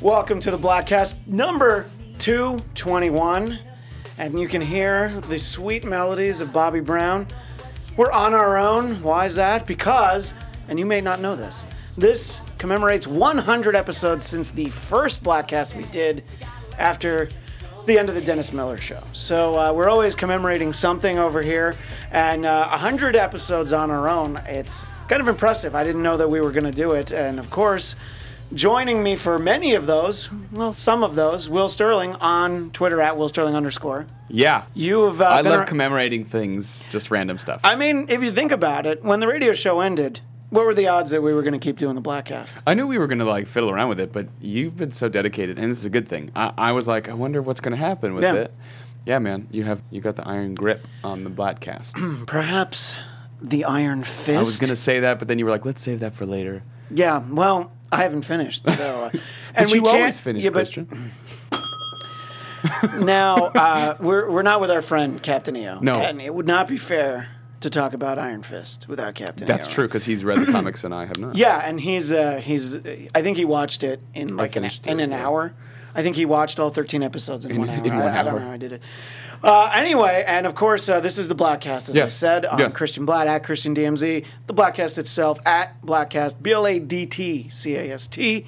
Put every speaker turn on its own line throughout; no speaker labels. Welcome to the Blackcast number 221. And you can hear the sweet melodies of Bobby Brown. We're on our own. Why is that? Because, and you may not know this, this commemorates 100 episodes since the first Blackcast we did after the end of the Dennis Miller show. So uh, we're always commemorating something over here, and uh, 100 episodes on our own. It's kind of impressive. I didn't know that we were going to do it. And of course, joining me for many of those, well, some of those, Will Sterling on Twitter at Will Sterling underscore.
Yeah.
You have. Uh,
I
been
love
ar-
commemorating things, just random stuff.
I mean, if you think about it, when the radio show ended, what were the odds that we were going to keep doing the Blackcast?
I knew we were gonna like fiddle around with it, but you've been so dedicated, and this is a good thing. I, I was like, I wonder what's gonna happen with
Yeah.
it. Yeah, man, you have you got the iron grip on the blackcast.
Perhaps the Iron Fist.
I was gonna say that, but then you were like, let's save that for later.
Yeah, well, I haven't finished, so. Uh,
And you
can't-
always finish,
yeah, but
Christian.
now uh, we're we're not with our friend Captain EO.
No.
and it would not be fair to talk about Iron Fist without Captain. E
That's
EO.
true because he's read the comics and I have not.
Yeah, and he's uh, he's I think he watched it in like an,
finished
in
it,
an
yeah.
hour. I think he watched all 13 episodes in, one hour.
in
I,
one
I don't
hour.
know how I did it. Uh, anyway, and of course, uh, this is the Blackcast, as I
Yes,
said. I'm
yes.
Christian Blatt at Christian DMZ. The Blackcast itself at Blackcast, B L A D T C A S T.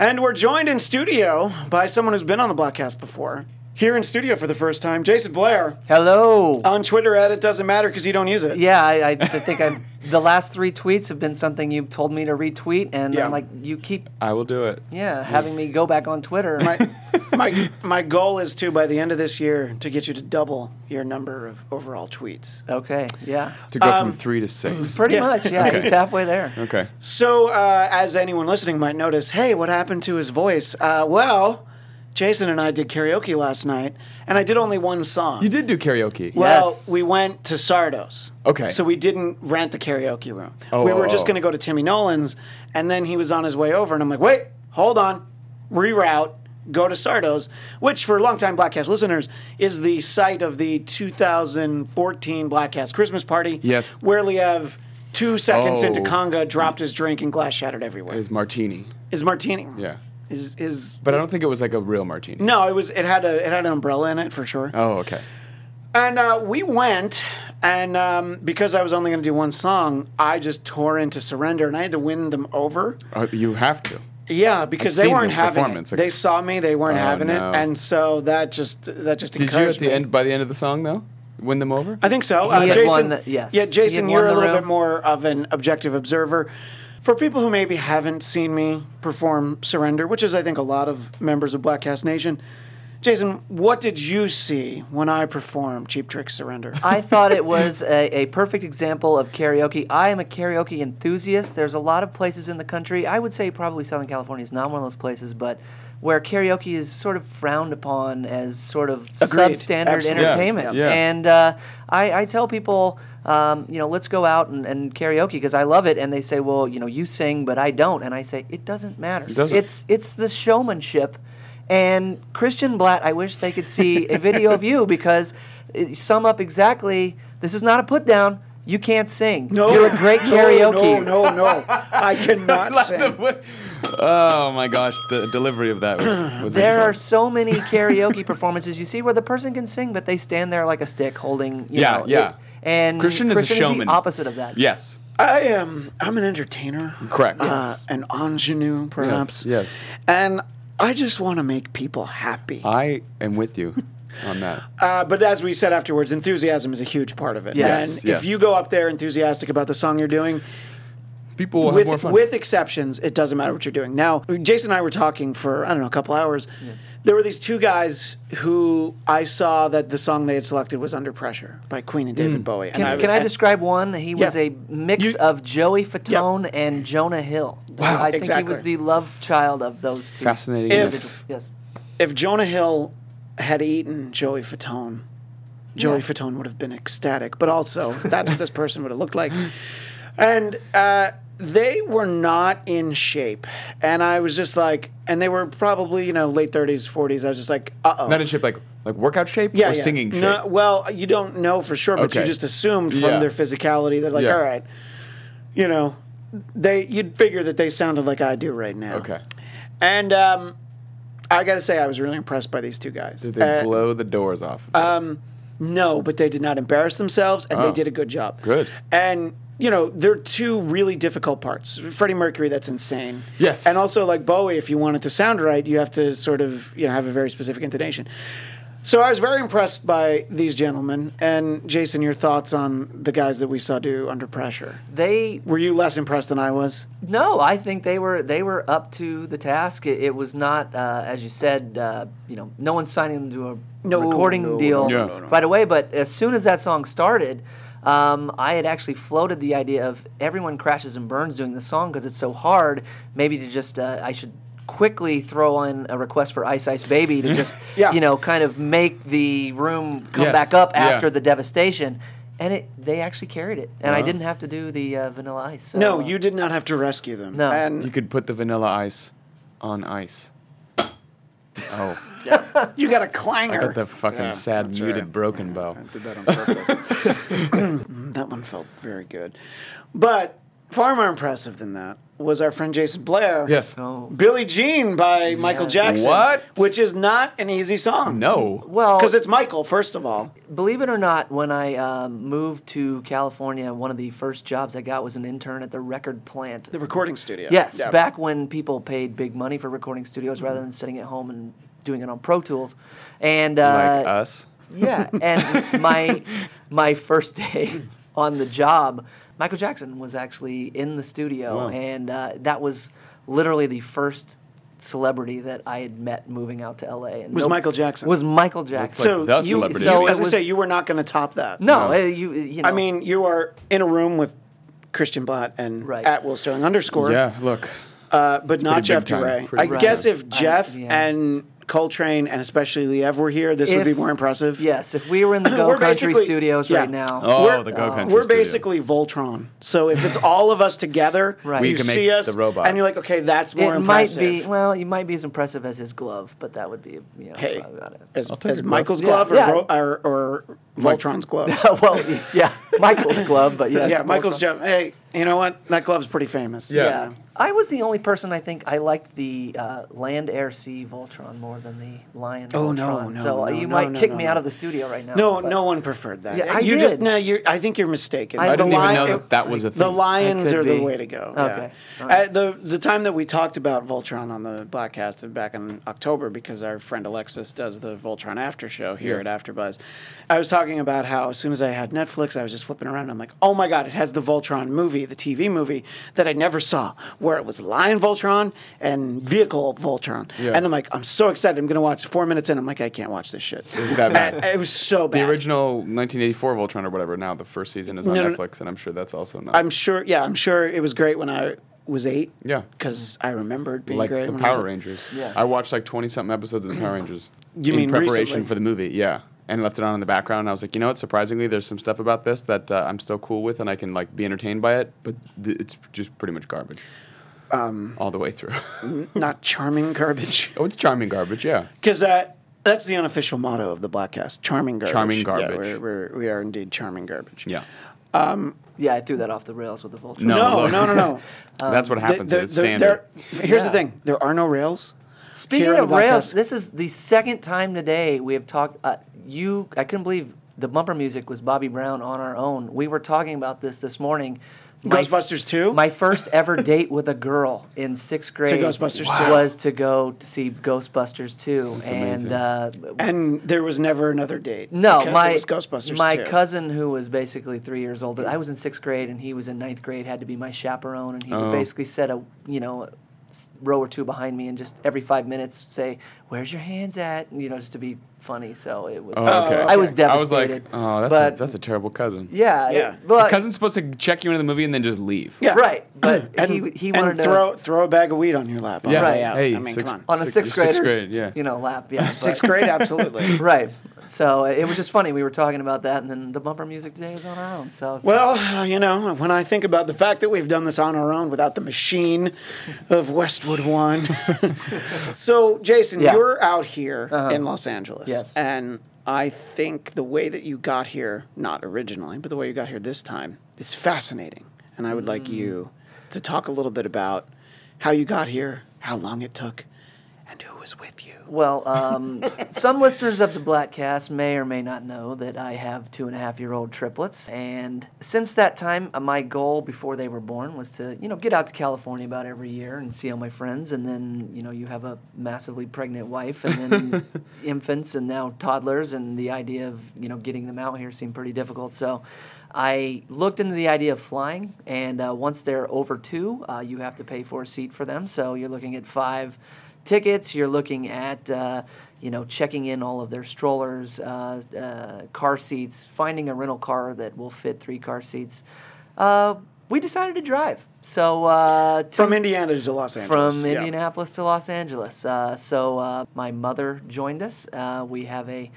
And we're joined in studio by someone who's been on the Blackcast before. Here in studio for the first time, Jason Blair
Hello.
on Twitter at It Doesn't Matter Because You Don't Use It.
yeah, I, I think I the last three tweets have been something you've told me to retweet, and
Yeah.
I'm like, you keep
I will do it.
yeah having me go back on Twitter.
my my my goal is to by the end of this year to get you to double your number of overall tweets.
okay, yeah,
To go
Um,
from three to six.
pretty
Yeah.
much. Yeah,
Okay.
it's halfway there.
Okay.
So uh, as anyone listening might notice, hey, what happened to his voice? Uh, well, Jason and I did karaoke last night, and I did only one song.
You did do karaoke.
Well,
Yes.
we went to Sardos.
Okay.
So we didn't rent the karaoke room.
Oh,
we were
oh,
just
oh.
going to go to Timmy Nolan's, and then he was on his way over, and I'm like, wait, hold on, reroute, go to Sardos, which for longtime Blackcast listeners is the site of the 2014 Blackcast Christmas party.
Yes.
Where Liev, two seconds into
Oh.
conga, dropped his drink and glass shattered everywhere.
Is martini.
Is martini?
Yeah.
Is is.
But I don't think it was like a real martini.
no, it was. It had a. It had an umbrella in it for sure.
Oh, okay.
And uh, we went, and um, because I was only going to do one song, I just tore into Surrender, and I had to win them over.
Uh, you have to.
Yeah, because
I've
they
seen
weren't
this
having it.
performance.
They saw me; they weren't
Oh,
having
no.
it, and so that just that just
Did you at
encouraged
the
me.
end by the end of the song though? Win them over?
I think so. Uh,
had
Jason,
won the- yes.
Yeah,
He had
Jason,
won
you're a
the
little
room.
bit more of an objective observer. For people who maybe haven't seen me perform Surrender, which is, I think, a lot of members of Blackcast Nation, Jason, what did you see when I performed Cheap Trick Surrender?
I thought it was a, a perfect example of karaoke. I am a karaoke enthusiast. There's a lot of places in the country. I would say probably Southern California is not one of those places, but where karaoke is sort of frowned upon as sort of
Agreed.
substandard
Absolutely.
Yeah,
entertainment.
yeah.
And uh, I, I tell people, um, you know, let's go out and, and karaoke because I love it. And they say, well, you know, you sing, but I don't. And I say, it doesn't matter. It
doesn't.
It's it's the showmanship. And Christian Blatt, I wish they could see a video of you because it, sum up exactly. This is not a put down. You can't sing.
No,
you're a great
no,
karaoke.
No, no, no, I cannot sing.
oh my gosh, the delivery of that was, was
There are
insane.
so many karaoke performances you see where the person can sing, but they stand there like a stick holding. You
Yeah,
know,
yeah.
it- and
Christian is a showman.
the opposite of that.
Yes.
I am. I'm an entertainer.
Correct.
Uh, an ingenue, perhaps.
yes.
And I just want to make people happy.
I am with you on that.
Uh, but as we said afterwards, enthusiasm is a huge part of it.
Yes,
And
yes.
if you go up there enthusiastic about the song you're doing,
People will have more
with
fun.
with exceptions, it doesn't matter what you're doing. Now, Jason and I were talking for I don't know a couple hours. There were these two guys who I saw that the song they had selected was "Under Pressure" by Queen and David Bowie.
Mm. Can, can I describe one? He was
Yeah.
a mix
You-
of Joey Fatone and Jonah Hill.
Wow.
I think he was
Exactly.
the love child of those two.
Fascinating.
If-
individuals. Yes.
if Jonah Hill had eaten Joey Fatone, Joey Fatone would have been ecstatic, but also that's what this person would have looked like. And uh, they were not in shape. And I was just like, and they were probably, you know, late 30s, 40s. I was just like, uh oh.
Not in shape like like workout shape
yeah,
or
yeah.
singing shape.
No, well, you don't know for sure, but you
Okay.
just assumed from
Yeah.
their physicality, they're like,
Yeah.
all right, you know, they you'd figure that they sounded like I do right now.
Okay.
And um, I got to say, I was really impressed by these two guys.
Did they
Uh,
blow the doors off?
No, but they did not embarrass themselves, and they
Oh.
did a good job.
Good.
And you know, there are two really difficult parts. Freddie Mercury, that's insane.
Yes.
And also, like Bowie, if you want it to sound right, you have to sort of you know have a very specific intonation. So I was very impressed by these gentlemen. And Jason, your thoughts on the guys that we saw do Under Pressure?
They
Were you less impressed than I was?
No, I think they were they were up to the task. It, it was not, uh, as you said, uh, you know, no one's signing them to a
No,
recording
no,
deal
no, no, no.
right away. But as soon as that song started, um, I had actually floated the idea of everyone crashes and burns doing the song because it's so hard. Maybe to just uh, I should quickly throw in a request for Ice Ice Baby to just
Yeah.
you know kind of make the room
Mm-hmm.
come
Yes,
back up
yeah.
after the devastation. And it, they actually carried it, and I
Uh-huh.
didn't have to do the uh, Vanilla Ice. so,
No,
uh,
you did not have to rescue them.
No.
you
And
could put the vanilla ice on ice. Oh,
you got a
I
clanger.
got the fucking
Yeah,
sad
that's
muted
right.
broken bow.
I did that on purpose.
That one felt very good. But far more impressive than that was our friend Jason Blair.
Yes.
Oh.
Billie Jean by Michael
Yes.
Jackson.
What?
Which is not an easy song.
No.
Well,
Because it's Michael, first of all.
believe it or not, when I um, moved to California, one of the first jobs I got was an intern at the record plant.
The recording studio.
Yes,
Yeah.
back when people paid big money for recording studios rather than sitting at home and doing it on Pro Tools, and uh,
like us.
yeah, and my my first day on the job, Michael Jackson was actually in the studio,
Wow.
and uh, that was literally the first celebrity that I had met moving out to LA. And
Was Michael Jackson.
Was Michael Jackson?
so
the
you,
celebrity
so
of the
as I
year.
say, you were not going to top that.
no,
No.
uh, you you know.
I mean, you are in a room with Christian Blatt and
Right.
at Will Sterling underscore.
Yeah, look.
Uh, but not
pretty
Jeff
big time.
DeRay. I
Pretty
big
guess
time.
if Jeff
yeah.
and Coltrane and especially Liev were here, this would
If-
be more impressive.
Yes, if we were in the Go
We're
Country
basically-
Studios
yeah.
right now,
Oh,
We're-
the Go Country.
We're
studio.
basically Voltron. So if it's all of us together,
Right.
We
you
can
see
make
us,
the robot.
and you're like, okay, that's
it
more Oh, impressive.
might be. Well, you might be as impressive as his glove, but that would be you know
hey,
probably about it.
as,
I'll take
as
a glove.
Michael's
Yeah.
glove,
Yeah.
Or, Ro- or, or Voltron's glove.
well, yeah, Michael's glove, but yes,
yeah, Michael's
Voltron.
glove. Hey, you know what? That glove's pretty famous.
Yeah.
Yeah. I was the only person I think I liked the uh, land, air, sea Voltron more than the lion.
Oh,
Voltron.
no, no,
So uh,
no,
you
no,
might
no,
kick
no,
me
no.
out of the studio right now.
No,
but-
no one preferred that. Eh,
Yeah, I
you
did.
just no. You, I think you're mistaken.
I
The
didn't even
lion-
know that that was a
The
thing.
lions
That could
are the
be.
way to go.
Okay.
Yeah.
All right.
At the the time that we talked about Voltron on the podcast back in October, because our friend Alexis does the Voltron after show here at AfterBuzz, I was talking about how as soon as I had Netflix, I was just flipping around. And I'm like, oh my god, it has the Voltron movie, the TV movie that I never saw, where it was Lion Voltron and Vehicle Voltron,
Yeah.
and I'm like, I'm so excited. I'm gonna watch four minutes in. I'm like, I can't watch this shit.
It was that bad.
And it was so bad.
The original 1984 Voltron or whatever. Now the first season is on
No, no, no.
Netflix, and I'm sure that's also not.
I'm sure. Yeah, I'm sure it was great when I was eight.
Yeah.
because I remember it being
like
great.
the
when I was
Power
eight.
Rangers.
Yeah.
I watched like 20 something episodes of the Power Rangers
You
in
mean
preparation
recently?
for the movie. Yeah. And left it on in the background. And I was like, you know what? Surprisingly, there's some stuff about this that uh, I'm still cool with, and I can like be entertained by it. But th- it's just pretty much garbage, um, all the way through.
Not charming garbage,
oh, it's charming garbage. Yeah.
because uh, that's the unofficial motto of the Blackcast: charming garbage.
Charming
Yeah,
garbage.
we're, we're, we are indeed charming garbage.
Yeah.
Yeah, I threw that off the rails with the Voltron.
No.
No,
look.
no, no, no.
that's what happens.
The-
it's
the-
standard.
there- here's
Yeah.
the thing: there are no rails.
Speaking
here on
of
the
rails,
podcast.
this is the second time today we have talked. Uh, you, I couldn't believe the bumper music was Bobby Brown on our own. We were talking about this this morning. f-
Ghostbusters 2?
My first ever date with a girl in sixth grade
Ghostbusters 2.
was to go to see Ghostbusters 2. and
amazing.
uh,
and there was never another date.
no,
because
my
it was Ghostbusters.
my
too.
cousin who was basically three years older. I was in sixth grade and he was in ninth grade. Had to be my chaperone, and he would
Oh.
basically set a you know a s- row or two behind me, and just every five minutes say, "Where's your hands at?" You know, just to be funny. So it was.
Oh, okay.
I was
I was like,
devastated.
oh, that's
but
a, that's a terrible cousin.
yeah,
uh, Yeah.
it- but-
The cousin's supposed to check you into the movie and then just leave.
Yeah.
right, but
and,
he he
and
wanted to
throw throw a bag of weed on your lap. on the
Yeah.
way out.
Hey,
I mean,
six-
come on.
on a
sixth-
sixth grader.
grade, yeah.
You know, lap. Yeah,
Sixth
but-
grade, absolutely.
Right. So it was just funny. We were talking about that, and then the bumper music today is on our own. So it's
Well, you know, when I think about the fact that we've done this on our own without the machine of Westwood One. so, Jason,
Yeah.
you're out here in Los Angeles.
Yes.
And I think the way that you got here, not originally, but the way you got here this time, is fascinating. And I would like you to talk a little bit about how you got here, how long it took, and who is with you?
Well, um, some listeners of the Blackcast may or may not know that I have two and a half year old triplets, and since that time, uh, my goal before they were born was to, you know, get out to California about every year and see all my friends, and then, you know, you have a massively pregnant wife, and then infants, and now toddlers, and the idea of, you know, getting them out here seemed pretty difficult. So. I looked into the idea of flying, and uh, once they're over two, uh, you have to pay for a seat for them. So you're looking at five tickets. You're looking at uh, you know checking in all of their strollers, uh, uh, car seats, finding a rental car that will fit three car seats. Uh, we decided to drive. So uh, to-
From Indiana to Los Angeles.
from
yeah.
Indianapolis to Los Angeles. Uh, so uh, my mother joined us. Uh, we have a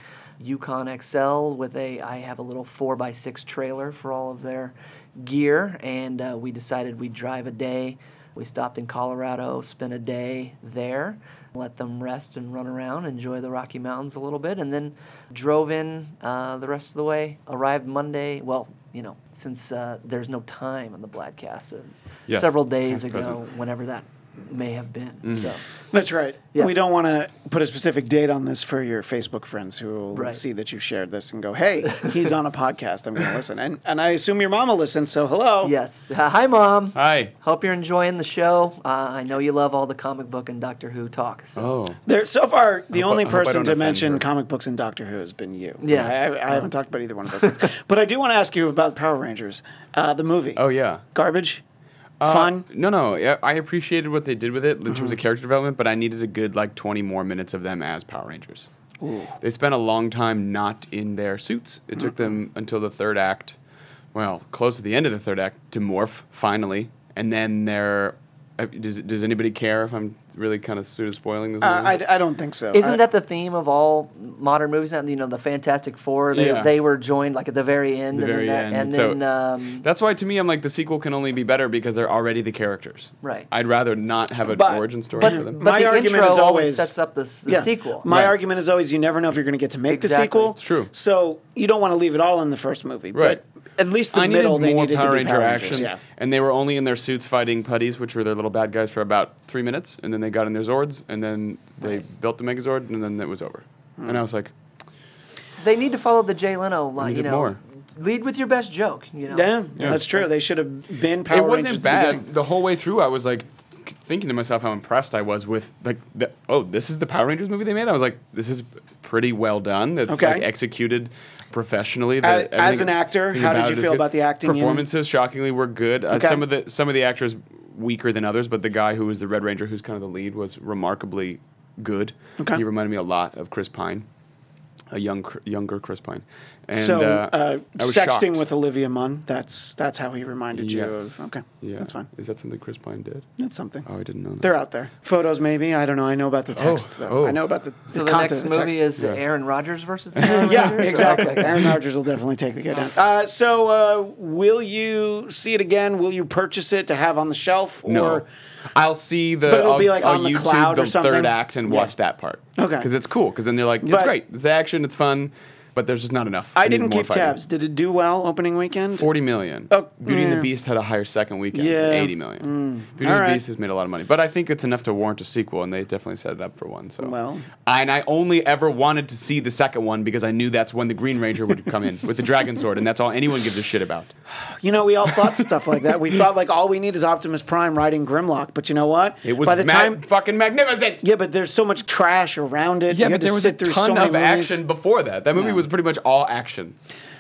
Yukon XL with a. I have a little four by six trailer for all of their gear, and uh, we decided we'd drive a day. We stopped in Colorado, spent a day there, let them rest and run around, enjoy the Rocky Mountains a little bit, and then drove in uh, the rest of the way. Arrived Monday. Well, you know, since uh, there's no time on the broadcast, uh,
Yes.
several days ago,
present. Mm.
whenever that may have been. So
That's right.
Yes.
We don't want to put a specific date on this for your Facebook friends who will
Right.
see that you shared this and go, "Hey, he's on a podcast. I'm going to listen." And and I assume your mama listens. So hello.
yes, Uh, hi mom.
Hi.
Hope you're enjoying the show. Uh, I know you love all the comic book and Doctor Who talk. So.
Oh.
There, so far, the
hope I-
only
I hope I
person
don't
to
offend
mention
her.
comic books and Doctor Who has been you.
Yes. Uh-huh.
I, I haven't talked about either one of those things. But I do want to ask you about Power Rangers, uh, the movie.
Oh yeah.
Garbage?
Uh,
Fun? Mm-hmm.
No, no. yeah, I appreciated what they did with it in terms of character development, but I needed a good like 20 more minutes of them as Power Rangers. They spent a long time not in their suits. It took
Mm-hmm.
them until the third act, well, close to the end of the third act, to morph finally, and then they're. uh, Does, does anybody care if I'm really kind of sort of spoiling this? a
Uh,
little?
I, I don't think so.
Isn't
I-
that the theme of all modern movies now? You know, the Fantastic Four. They,
Yeah.
they were joined like at the very end,
The
and
very
then that,
end.
and
So-
then um,
That's why to me I'm like the sequel can only be better because they're already the characters.
Right.
I'd rather not have an
But-
origin story for
but,
them.
but
My
the
argument
intro
is always-
always sets up the, s- the
Yeah.
sequel.
My
Right.
argument is always you never know if you're going to get to make the
Exactly.
sequel.
It's
true.
So you don't want to leave it all in the first movie.
Right.
But at least the
I
middle
needed
they
more
needed
Power
to be
Ranger
Power Rangers,
action,
Yeah.
and they were only in their suits fighting putties, which were their little bad guys for about three minutes, and then they got in their Zords, and then they built the Megazord, and then it was over. And I was like,
They need to follow the Jay Leno line. You
Needed
know,
more.
lead with your best joke. You know,
Yeah,
Yeah.
that's true. They should have been Power
it wasn't
Rangers at the
bad.
beginning.
The, whole way through, I was like c- thinking to myself how impressed I was with like, the, oh, this is the Power Rangers movie they made. I was like, this is pretty well done. It's like
Okay.
executed professionally. The-
As- as
everything-
an actor,
everything
how did
about
you
it is
feel
good.
about the acting in-
Performances shockingly were good. Uh,
Okay.
Some of the some of the actors weaker than others, but the guy who was the Red Ranger, who's kind of the lead, was remarkably good.
Okay.
He reminded me a lot of Chris Pine. A young, cr- younger Chris Pine, and
so
uh,
uh,
I was
sexting
shocked.
with Olivia Munn. That's that's how he reminded you
Yes.
of. Okay,
yeah,
that's fine.
Is that something Chris Pine did?
That's something.
Oh, I didn't know that.
They're out there. Photos, maybe. I don't know. I know about the texts. though.
oh.
I know about the.
So the
the, content
next
of the
movie
text.
is
Yeah.
Aaron Rodgers versus the Power
Yeah,
Rangers?
exactly.
Okay.
Aaron Rodgers will definitely take the go down. Uh, so, uh, will you see it again? Will you purchase it to have on the shelf? Or
No, I'll see the.
But it'll
I'll,
be, like,
I'll
on the
YouTube
cloud or something?
third act and
Yeah.
watch that part.
Okay.
because it's cool. Because then they're like, it's
But-
great, it's action, it's fun, but there's just not enough.
I
need
didn't
more
keep
fighting.
tabs. Did it do well opening weekend?
Forty million.
Oh,
Beauty and
yeah.
the Beast had a higher second weekend.
Yeah. Mm.
Yeah, eighty million. Beauty and
Alright.
the Beast has made a lot of money, but I think it's enough to warrant a sequel, and they definitely set it up for one. So
Well.
and I only ever wanted to see the second one because I knew that's when the Green Ranger would come in with the Dragon Sword, and that's all anyone gives a shit about.
You know, we all thought stuff like that. We thought like all we need is Optimus Prime riding Grimlock, but you know what?
It was
by the
ma-
time.
fucking magnificent.
Yeah, but there's so much trash around it. you
Yeah, but
had to
there was a
sit
ton
through so many
of
movies.
action before that. That movie was pretty much all action.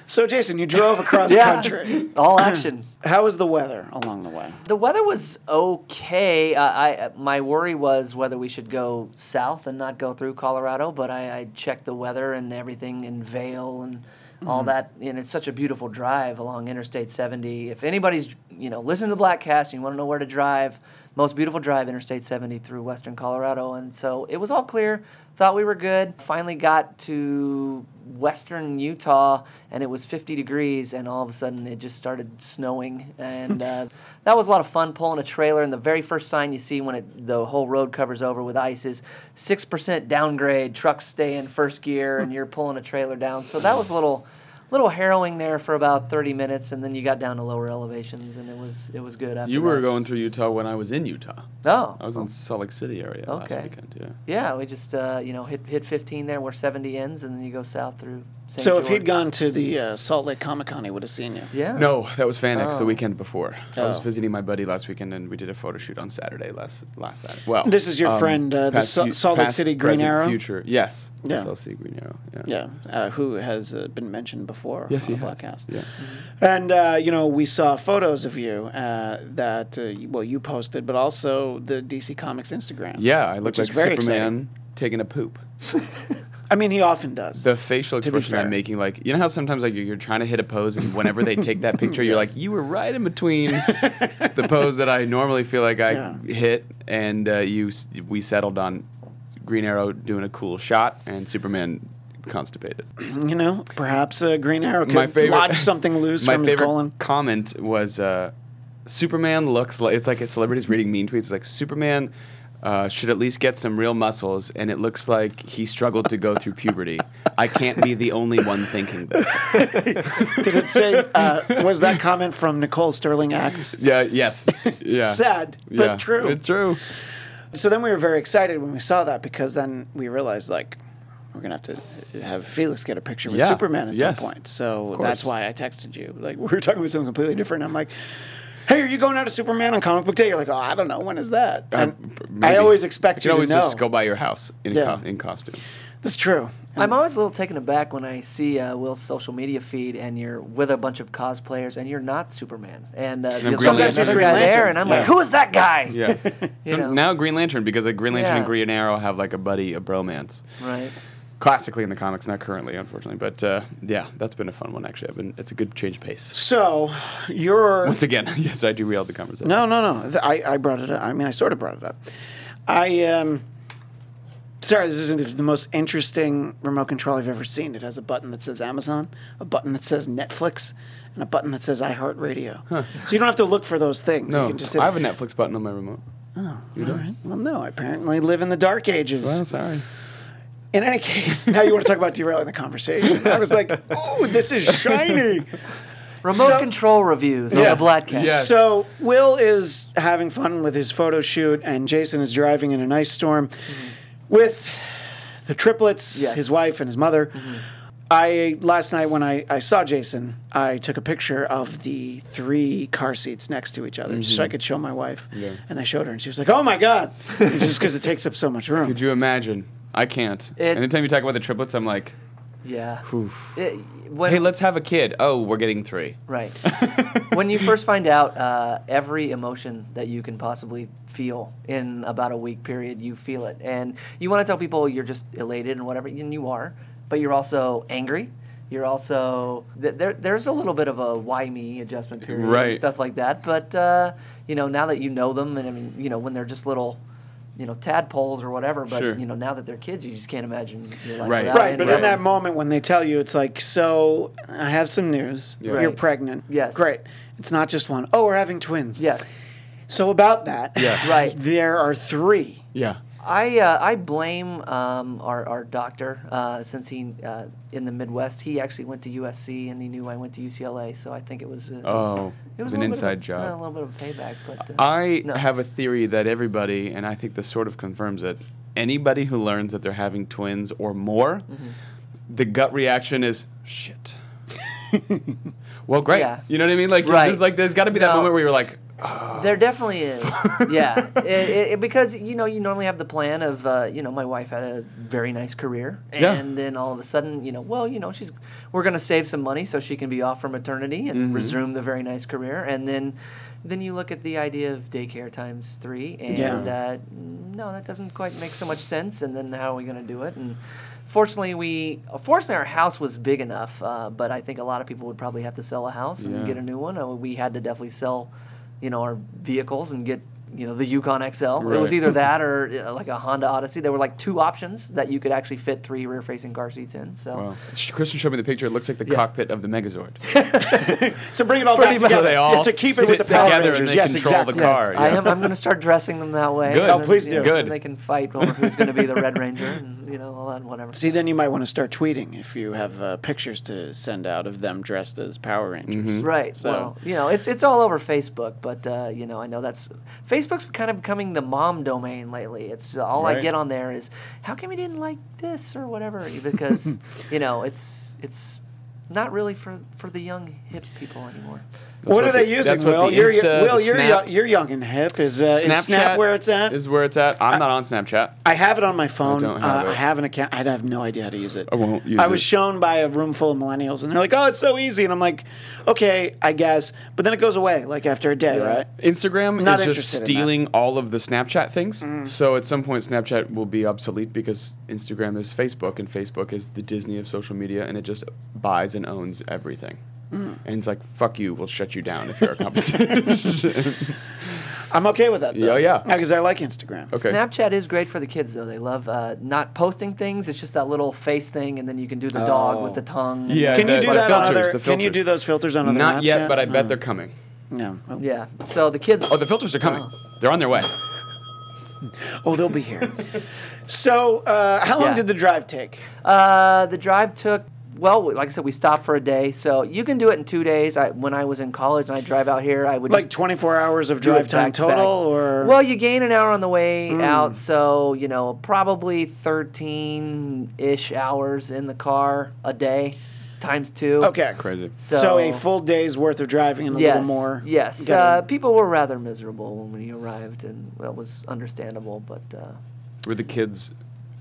So, Jason, you drove across
Yeah.
country.
All action.
How was the weather along the way?
The weather was okay. Uh, I my worry was whether we should go south and not go through Colorado, but I, I checked the weather and everything in Vail and all that. And it's such a beautiful drive along Interstate 70. If anybody's you know listen to the Blackcast and you want to know where to drive, most beautiful drive Interstate 70 through Western Colorado. And so it was all clear. Thought we were good. Finally got to Western Utah, and it was 50 degrees, and all of a sudden it just started snowing, and uh, that was a lot of fun pulling a trailer. And the very first sign you see when it, the whole road covers over with ice is six percent downgrade. Trucks stay in first gear, and you're pulling a trailer down. So that was a little, little harrowing there for about 30 minutes, and then you got down to lower elevations, and it was it was good. After
You were
that.
going through Utah when I was in Utah.
Oh,
I was in Salt Lake City area
Okay.
last weekend. Yeah.
yeah. We just uh, you know hit hit 15 there where 70 ends, and then you go south through. St.
So if
George.
he'd gone to the uh, Salt Lake Comic Con, he would have seen you.
yeah,
No, that was Fanex
Oh.
the weekend before. I was
Oh.
visiting my buddy last weekend, and we did a photo shoot on Saturday last last Saturday. Well, um,
This is your friend, uh, the Sa-
fu-
Salt Lake City Green
present,
Arrow?
future. Yes,
Yeah.
yeah. SLC Green Arrow. Yeah.
Yeah, uh, who has uh, been mentioned before
Yes,
on
he
the
has.
podcast.
Yeah.
And uh, you know, we saw photos of you uh, that uh, you- well you posted, but also the DC Comics Instagram.
Yeah, I look
Which
like
is very
Superman taking a poop.
I mean, he often does.
The facial
To be
expression
fair.
I'm making, like you know how sometimes like you're, you're trying to hit a pose, and whenever they take that picture, you're like, you were right in between the pose that I normally feel like I
Yeah.
hit, and uh, you s- we settled on Green Arrow doing a cool shot and Superman constipated.
you know, perhaps uh, Green Arrow could
my favorite
lodge something loose
my
from his
favorite
colon.
comment was uh, Superman looks like it's like a celebrity's reading mean tweets. It's like Superman uh, should at least get some real muscles, and it looks like he struggled to go through puberty. I can't be the only one thinking this.
Did it say? Uh, was that comment from Nicole Sterling Acts?
Yeah. Yes. Yeah.
Sad, but
Yeah.
true.
It's true.
So then we were very excited when we saw that because then we realized like we're gonna have to have Felix get a picture with
Yeah.
Superman at
Yes.
some point. So
course.
that's why I texted you. Like we were talking about something completely different. I'm like, hey, are you going out to Superman on Comic Book Day? You're like, oh, I don't know. When is that? And I
Uh, maybe.
always
I
expect
can
you to
always
know.
just go by your house in,
Yeah.
co- in costume.
That's true.
I'm always a little taken aback when I see uh, Will's social media feed and you're with a bunch of cosplayers and you're not Superman. And uh, you'll see
Sometimes
another
he's
guy
Green
there,
Lantern.
and I'm
Yeah.
like, who is that guy?
Yeah. so
know.
now Green Lantern because like Green Lantern
Yeah.
and Green Arrow have like a buddy, a bromance.
Right.
classically in the comics, not currently, unfortunately. But uh, yeah, that's been a fun one actually. I've been, it's a good change of pace.
So you're
Once again, yes, I derailed the conversation.
no, no, no. Th- I I brought it up. I mean, I sort of brought it up. I um. Sorry, this isn't the most interesting remote control I've ever seen. It has a button that says Amazon, a button that says Netflix, and a button that says iHeartRadio. So you don't have to look for those things. you
no.
can just
I have a Netflix button on my remote.
all right. Well, no, I apparently live in the dark ages.
Well, sorry.
in any case, now you want to talk about derailing the conversation. I was like, ooh, this is shiny.
Remote
So-
control reviews
Yes.
on the Bladcast.
Yes.
So Will is having fun with his photo shoot, and Jason is driving in an ice storm with the triplets,
Yes.
his wife and his mother. I last night when I, I saw Jason, I took a picture of the three car seats next to each other so I could show my wife. And I showed her, and she was like, "Oh my god!" it's just because it takes up so much room.
Could you imagine? I can't.
It-
Anytime you talk about the triplets, I'm like,
Yeah.
oof.
It- when-
Hey, let's have a kid. Oh, we're getting three.
Right. when you first find out uh, every emotion that you can possibly feel in about a week period, you feel it. And you want to tell people you're just elated and whatever, and you are, but you're also angry. You're also, th- there, there's a little bit of a why me adjustment period and
Right.
stuff like that. But, uh, you know, now that you know them, and I mean, you know, when they're just little, you know, tadpoles or whatever, but,
Sure.
you know, now that they're kids, you just can't imagine your life
Right.
without
Right,
it.
but in
Right.
that moment when they tell you, it's like, so I have some news.
Yeah.
You're
Right.
pregnant.
Yes.
Great. It's not just one. Oh, we're having twins.
Yes.
So about that,
Yeah.
Right.
There are three.
Yeah.
I uh, I blame um, our our doctor uh, since he uh, in the Midwest he actually went to USC and he knew I went to UCLA so I think it was a, it was-
Oh,
it was
an
a little
inside
bit of,
job.
a- a little bit of payback but uh,
I
No.
have a theory that everybody, and I think this sort of confirms it, anybody who learns that they're having twins or more,
Mm-hmm.
the gut reaction is shit. well, great.
Yeah.
You know what I mean? Like, it's
Right.
just like there's got to be
No.
that moment where you're like, Uh,
there definitely is yeah it, it, it- because you know you normally have the plan of uh, you know my wife had a very nice career and
Yeah.
then all of a sudden you know well you know she's we're gonna save some money so she can be off for maternity and
Mm-hmm.
resume the very nice career and then then you look at the idea of daycare times three and
Yeah.
uh, no that doesn't quite make so much sense and then how are we gonna do it and Fortunately, we fortunately our house was big enough, uh, but I think a lot of people would probably have to sell a house and
Yeah.
get a new one. Uh, we had to definitely sell you know, our vehicles and get you know the Yukon XL. It
Right.
was either that or uh, like a Honda Odyssey. There were like two options that you could actually fit three rear-facing car seats in.
Oh.
So
Wow. Sh- Christian showed me the picture. It looks like the cockpit of the Megazord.
So bring it all
Pretty
back
much.
together.
So they all
Yeah, to keep it with
sit
the Power
together and
Rangers.
they
yes,
control the
exactly.
car. car,
I
yeah.
am. I'm going to start dressing them that way.
Good.
Oh,
then,
please
you know,
do.
Good.
They can fight over who's going to be the Red Ranger and you know all that and whatever.
See, then you might want to start tweeting if you have uh, pictures to send out of them dressed as Power Rangers.
Mm-hmm.
Right.
So-
Well, you know, it's it's all over Facebook, but uh, you know, I know that's Facebook's kind of becoming the mom domain lately. It's uh, all I
Right.
get on there is how come you didn't like this or whatever E, because you know it's it's not really for for the young hip people anymore.
That's
what, are they
the-
using,
that's what
Will?
the
You're,
Insta,
Will,
the
you're,
Snap-
young, you're young and hip. Is, uh, is Snap where it's at?
Is where it's at. I'm not on Snapchat.
I have it on my phone.
don't have
uh, I
it.
have an account. I have no idea how to use it.
I won't use
I was
it.
shown by a room full of millennials, and they're like, "Oh, it's so easy," and I'm like, "Okay, I guess." But then it goes away, like after a day, right?
Instagram
Not
is
interested
just
in that. Mm-hmm.
stealing all of the Snapchat things. So at some point, Snapchat will be obsolete because Instagram is Facebook, and Facebook is the Disney of social media, and it just buys and owns everything.
Mm.
And it's like, fuck you, we'll shut you down if you're a competition.
I'm okay with that. Though.
Yeah, yeah.
Because I like Instagram.
Okay.
Snapchat is great for the kids though. They love uh, not posting things. It's just that little face thing, and then you can do the dog with the tongue. and-
Oh. Yeah.
Can you
uh, the-
do
the
that
filters,
on other?
the
Can you
filters.
do those filters on other?
Not
apps
yet, but I bet
Oh,
they're coming.
no. Oh,
Yeah. So the kids.
Oh, the filters are coming. They're on their way.
Oh, they'll be here. so, uh, how long
Yeah.
did the drive take?
Uh, the drive took well, we- like I said, we stopped for a day, so you can do it in two days. I, when I was in college and I drive out here, I would
Like
just
24 hours of
do it
drive time
back to back.
total, or Hmm.
well, you gain an hour on the way out, so you know probably thirteen ish hours in the car a day, times two.
okay,
Crazy.
So, a full day's worth of driving and a
yes,
little more.
Yes,
Gotta-
uh, people were rather miserable when we arrived, and that was understandable, but. Uh,
Were the kids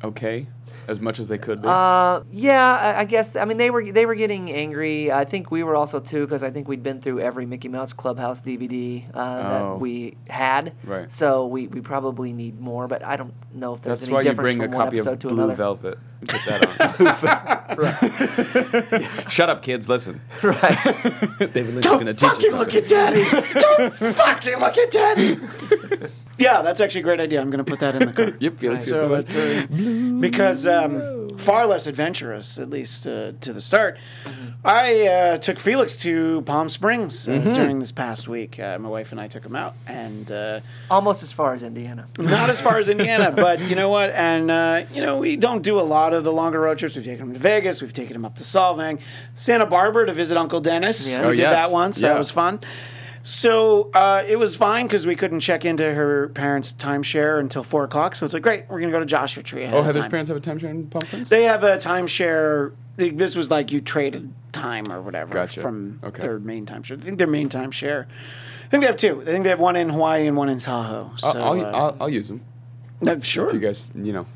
okay as much as they could be?
Uh, yeah, I, I guess. I mean, they were they were getting angry. I think we were also too because I think we'd been through every Mickey Mouse Clubhouse DVD uh,
Oh.
that we had.
Right.
So we, we probably need more, but I don't know if there's
That's
any
why you
difference
bring a
from one
copy
episode
of
to
Blue
another.
Velvet. Put that on. Shut up, kids. Listen. Right. David Lynch is going to teach us.
fucking look
something.
at daddy. Don't fucking look at daddy. yeah, that's actually a great idea. I'm going to put that in the car.
Yep, Felix.
So
Gets
that's,
it.
uh, because um, far less adventurous, at least uh, to the start. I uh, took Felix to Palm Springs uh,
Mm-hmm.
during this past week. Uh, my wife and I took him out, and uh,
Almost as far as Indiana.
not as far as Indiana, but you know what? And uh, you know, we don't do a lot of the longer road trips. We've taken him to Vegas. We've taken him up to Solvang, Santa Barbara to visit Uncle Dennis.
Yeah.
We
Oh,
did
yes.
that once. That
Yeah.
was fun. So uh, it was fine because we couldn't check into her parents' timeshare until four o'clock. So it's like, great, we're gonna go to Joshua Tree. ahead
Oh,
of
Heather's
time.
parents have a timeshare in Palm Springs?
They have a timeshare. like, This was like you traded time or whatever
Gotcha.
from
Okay.
their main timeshare. I think their main timeshare. I think they have two. I think they have one in Hawaii and one in Tahoe. So
I'll, I'll,
uh,
I'll, I'll use them.
I'm sure.
You guys, you know.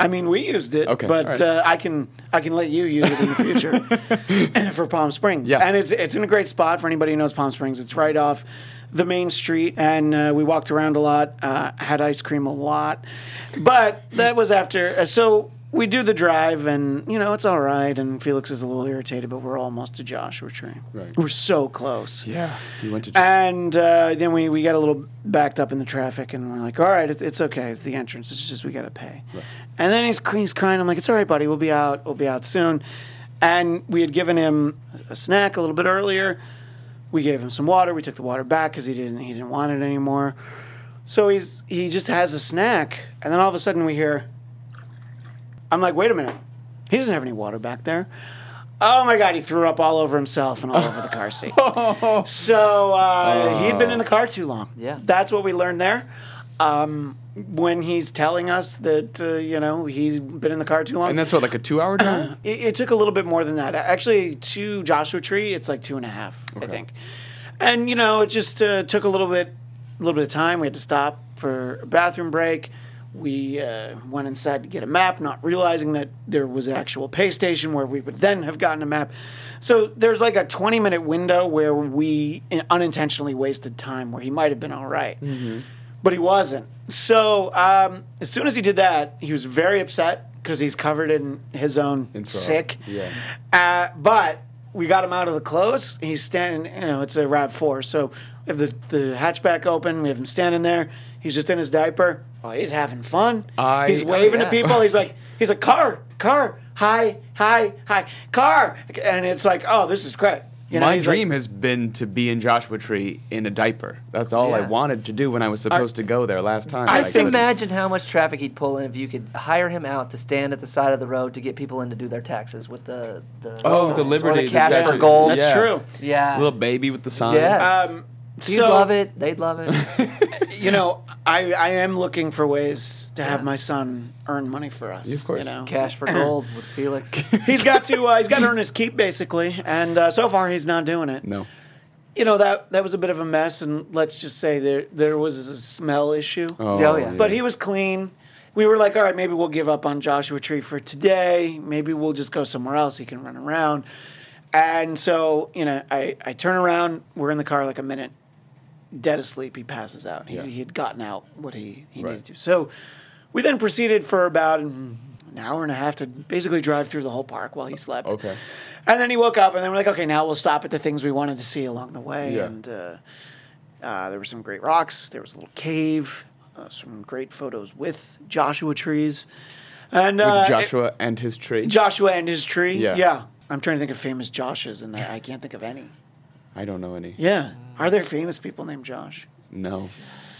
I mean, we used it,
Okay,
but
all right.
uh, I can I can let you use it in the future for Palm Springs.
Yeah.
and it's it's in a great spot for anybody who knows Palm Springs. It's right off the main street, and uh, we walked around a lot, uh, had ice cream a lot, but that was after. Uh, so we do the drive, and you know it's all right. And Felix is a little irritated, but we're almost to Joshua Tree.
Right.
We're so close.
Yeah. You went to.
And uh, then we, we got a little backed up in the traffic, and we're like, all right, it's, it's okay. It's the entrance. It's just we got to pay. And then he's, cr- he's crying. I'm like, it's all right, buddy. We'll be out. We'll be out soon. And we had given him a snack a little bit earlier. We gave him some water. We took the water back because he didn't he didn't want it anymore. So he's he just has a snack, and then all of a sudden we hear. I'm like, wait a minute, he doesn't have any water back there. Oh my god, he threw up all over himself and all over the car seat. So uh, he had been in the car too long.
Yeah.
that's what we learned there. Um, when he's telling us that uh, you know he's been in the car too long,
and that's what, like a two hour drive?
it, it took a little bit more than that. Actually, to Joshua Tree, it's like two and a half, I think. And you know, it just uh, took a little bit, a little bit of time. We had to stop for a bathroom break. We uh, went inside to get a map, not realizing that there was an actual pay station where we would then have gotten a map. So there's like a 20 minute window where we uh, unintentionally wasted time, where he might have been all right but he wasn't. So um, as soon as he did that, he was very upset because he's covered in his own
In frog.
sick.
Yeah.
Uh, but we got him out of the clothes. He's standing. You know, it's a Rav Four, so We have the, the hatchback open. We have him standing there. He's just in his diaper. Oh, he's having fun.
I-
he's waving to
yeah.
people. He's like, he's like, car, car, hi, hi, hi, car. And it's like, oh, this is great. You know,
My
he's like-
dream has been to be in Joshua Tree in a diaper. That's all I
Yeah.
wanted to do when I was supposed to go there last time. but I
Just
couldn't.
imagine how much traffic he'd pull in if you could hire him out to stand at the side of the road to get people in to do their taxes with the the
Oh,
signs
the
or
Liberty
the cash
statue.
for gold.
That's
Yeah.
true.
Yeah.
Little baby with the sign.
yes.
Um,
You'd
so-
love it. They'd love it.
you know, I, I am looking for ways to have my son earn money for us.
Of course.
You know?
cash for gold with Felix.
he's got to uh, he's got to earn his keep basically, and uh, so far he's not doing it.
No.
You know that that was a bit of a mess, and let's just say there there was a smell issue.
Oh, yeah.
But he was clean. We were like, all right, maybe we'll give up on Joshua Tree for today. Maybe we'll just go somewhere else. He can run around. And so, you know, I, I turn around. We're in the car like a minute. Dead asleep. He passes out. He,
Yeah.
he had gotten out what he, he
Right.
needed to. So we then proceeded for about an hour and a half to basically drive through the whole park while he slept.
Okay.
And then he woke up, and then we're like, okay, now we'll stop at the things we wanted to see along the way.
Yeah.
And uh, uh, there were some great rocks. There was a little cave. Uh, some great photos with Joshua trees, and
With
uh,
Joshua and his tree.
it- Joshua and his tree.
Yeah.
I'm trying to think of famous Joshes, and I, I can't think of any.
I don't know any.
Yeah. Are there famous people named Josh?
No.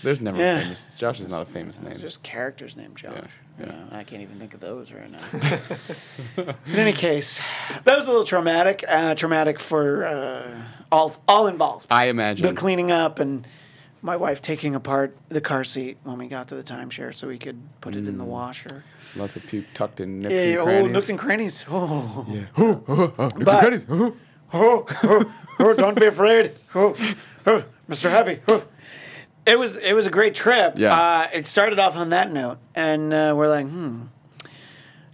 There's never
Yeah.
famous. Josh is not a famous name.
Just characters named Josh.
Yeah,
You
yeah.
know, I can't even think of those right now. In any case, that was a little traumatic. Uh, traumatic for uh, all all involved.
I imagine.
the cleaning up and my wife taking apart the car seat when we got to the timeshare so we could put it in the washer.
Lots of puke tucked in Mm. nooks
Yeah,
and
oh,
crannies.
nooks and crannies. Oh,
Yeah. Ooh, ooh, ooh, nooks and
But-
crannies. Ooh.
oh, oh, oh, don't be afraid. Oh, oh, Mr. Happy. Oh. It was it was a great trip.
Yeah.
Uh, it started off on that note, and uh, we're like, hmm,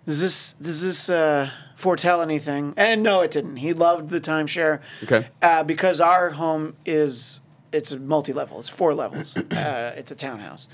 does this does this uh, foretell anything? And no, it didn't. He loved the timeshare.
Okay.
Uh, because our home is it's multi level. It's four levels. uh, it's a townhouse.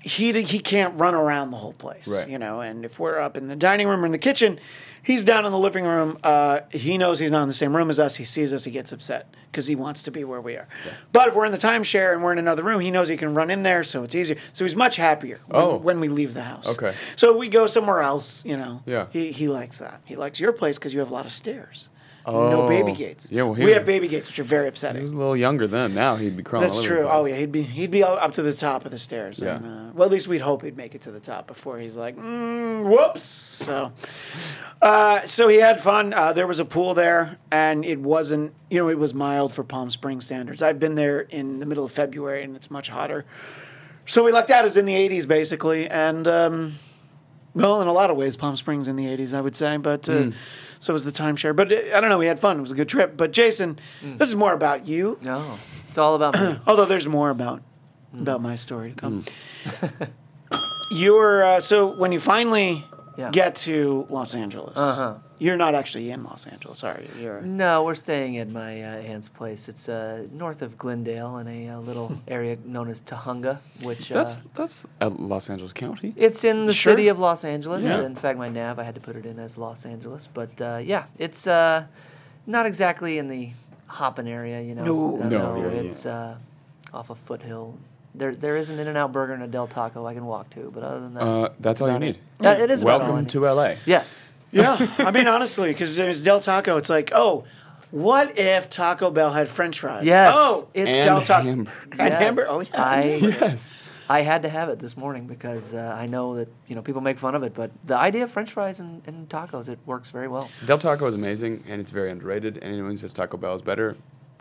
He d- he can't run around the whole place.
Right.
You know, and if we're up in the dining room or in the kitchen, he's down in the living room. Uh, he knows he's not in the same room as us. He sees us, he gets upset because he wants to be where we are. But if we're in the timeshare and we're in another room, he knows he can run in there, so it's easier. So he's much happier when,
Oh.
when we leave the house.
Okay.
So if we go somewhere else, you know,
Yeah.
he, he likes that. He likes your place because you have a lot of stairs. No baby
Oh.
gates.
Yeah, well, he
we
was-
have baby gates, which are very upsetting.
He was a little younger then. Now he'd be crawling.
That's
all over
true.
the
Oh
place.
yeah, he'd be he'd be all up to the top of the stairs. And,
Yeah.
uh, well, at least we'd hope he'd make it to the top before he's like, mm, whoops. So, uh, so he had fun. Uh, there was a pool there, and it wasn't. You know, it was mild for Palm Springs standards. I've been there in the middle of February, and it's much hotter. So we lucked out. It was in the 80s, basically, and. Um, well, in a lot of ways, Palm Springs in the '80s, I would say, but uh, so was the timeshare. But uh, I don't know. We had fun. It was a good trip. But Jason, this is more about you.
no, it's all about me.
Although there's more about about my story to come. you're uh, so when you finally
Yeah.
get to Los Angeles,
Uh-huh.
you're not actually in Los Angeles. Sorry, you're
No, we're staying at my uh, aunt's place. It's uh, north of Glendale in a uh, little area known as Tahunga, which
That's
uh,
that's uh, Los Angeles County.
It's in the
Sure.
city of Los Angeles.
Yeah.
In fact, my nav I had to put it in as Los Angeles, but uh, yeah, it's uh, not exactly in the hopping area, you know.
No.
No, yeah, yeah.
it's Uh, off of Foothill. There, there is an In-N-Out Burger and a Del Taco I can walk to, but other than that,
Uh, that's all you
about
need.
it. Uh, it is about all I
Welcome
need.
to LA.
yes.
yeah. I mean, honestly, because there's Del Taco. It's like, oh, what if Taco Bell had French fries?
Yes,
Oh,
it's-
it's Del
And
Taco and
hamburger.
Yes.
hamburger. Oh yeah.
I-
Yes.
I had to have it this morning because uh, I know that you know people make fun of it, but the idea of French fries and, and tacos it works very well.
Del Taco is amazing and it's very underrated. Anyone who says Taco Bell is better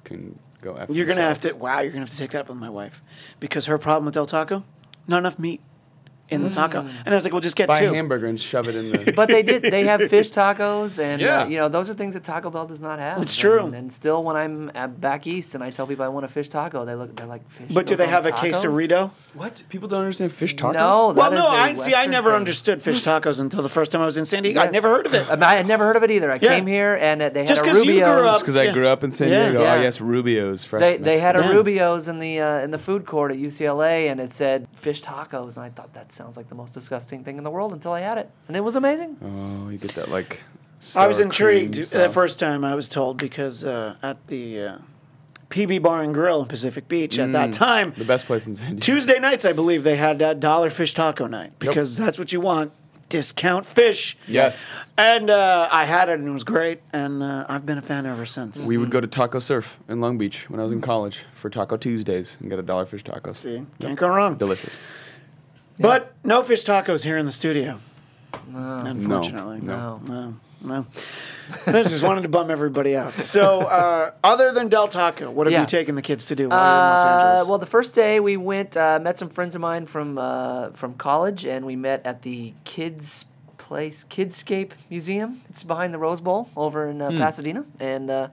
can go after.
You're gonna have to.
themselves.
Wow, you're gonna have to take that up with my wife, because her problem with Del Taco, not enough meat in the taco.
Mm.
And I was like, we'll just get
buy
two.
a hamburger and shove it in the.
But they did. They have fish tacos, and
Yeah.
uh, you know those are things that Taco Bell does not have.
It's true.
And, and still, when I'm at back east and I tell people I want a fish taco, they look. They're like fish.
But do
goes
they
on
have a
tacos?"
quesarito?
what people don't understand fish tacos.
No. that
Well,
is
no,
a
I see. I
Western
never
thing.
understood fish tacos until the first time I was in San Diego.
Yes.
I'd never heard of it.
Um, I had never heard of it either. I
Yeah.
came here and uh, they had
Just
a
'cause you grew
Rubio's.
up-
Because I
Yeah.
grew up in San
Yeah.
Diego.
Yeah.
Oh yes, Rubio's fresh.
They, they had a
Yeah.
Rubio's in the uh, in the food court at UCLA, and it said fish tacos, and I thought that sounds like the most disgusting thing in the world until I had it, and it was amazing.
Oh, you get that like.
I was
sour cream
intrigued
sauce.
the first time I was told because uh, at the uh, PB Bar and Grill in Pacific Beach at
Mm.
that time.
The best place in San Diego.
Tuesday nights, I believe they had uh, dollar fish taco night because that's what you want discount fish.
Yes.
And uh, I had it and it was great, and uh, I've been a fan ever since.
We would go to Taco Surf in Long Beach when I was in college for Taco Tuesdays and get a dollar fish tacos.
Mm. See, Uh, can't go wrong.
Delicious.
But no fish tacos here in the studio. Unfortunately,
no.
no, no. I just wanted to bum everybody out. So, uh, other than Del Taco, what have
Yeah.
you taken the kids to do while you're in Los
Uh,
Angeles?
well, the first day we went, uh, met some friends of mine from uh, from college, and we met at the kids place, Kidscape Museum. It's behind the Rose Bowl over in uh,
Hmm.
Pasadena, and uh,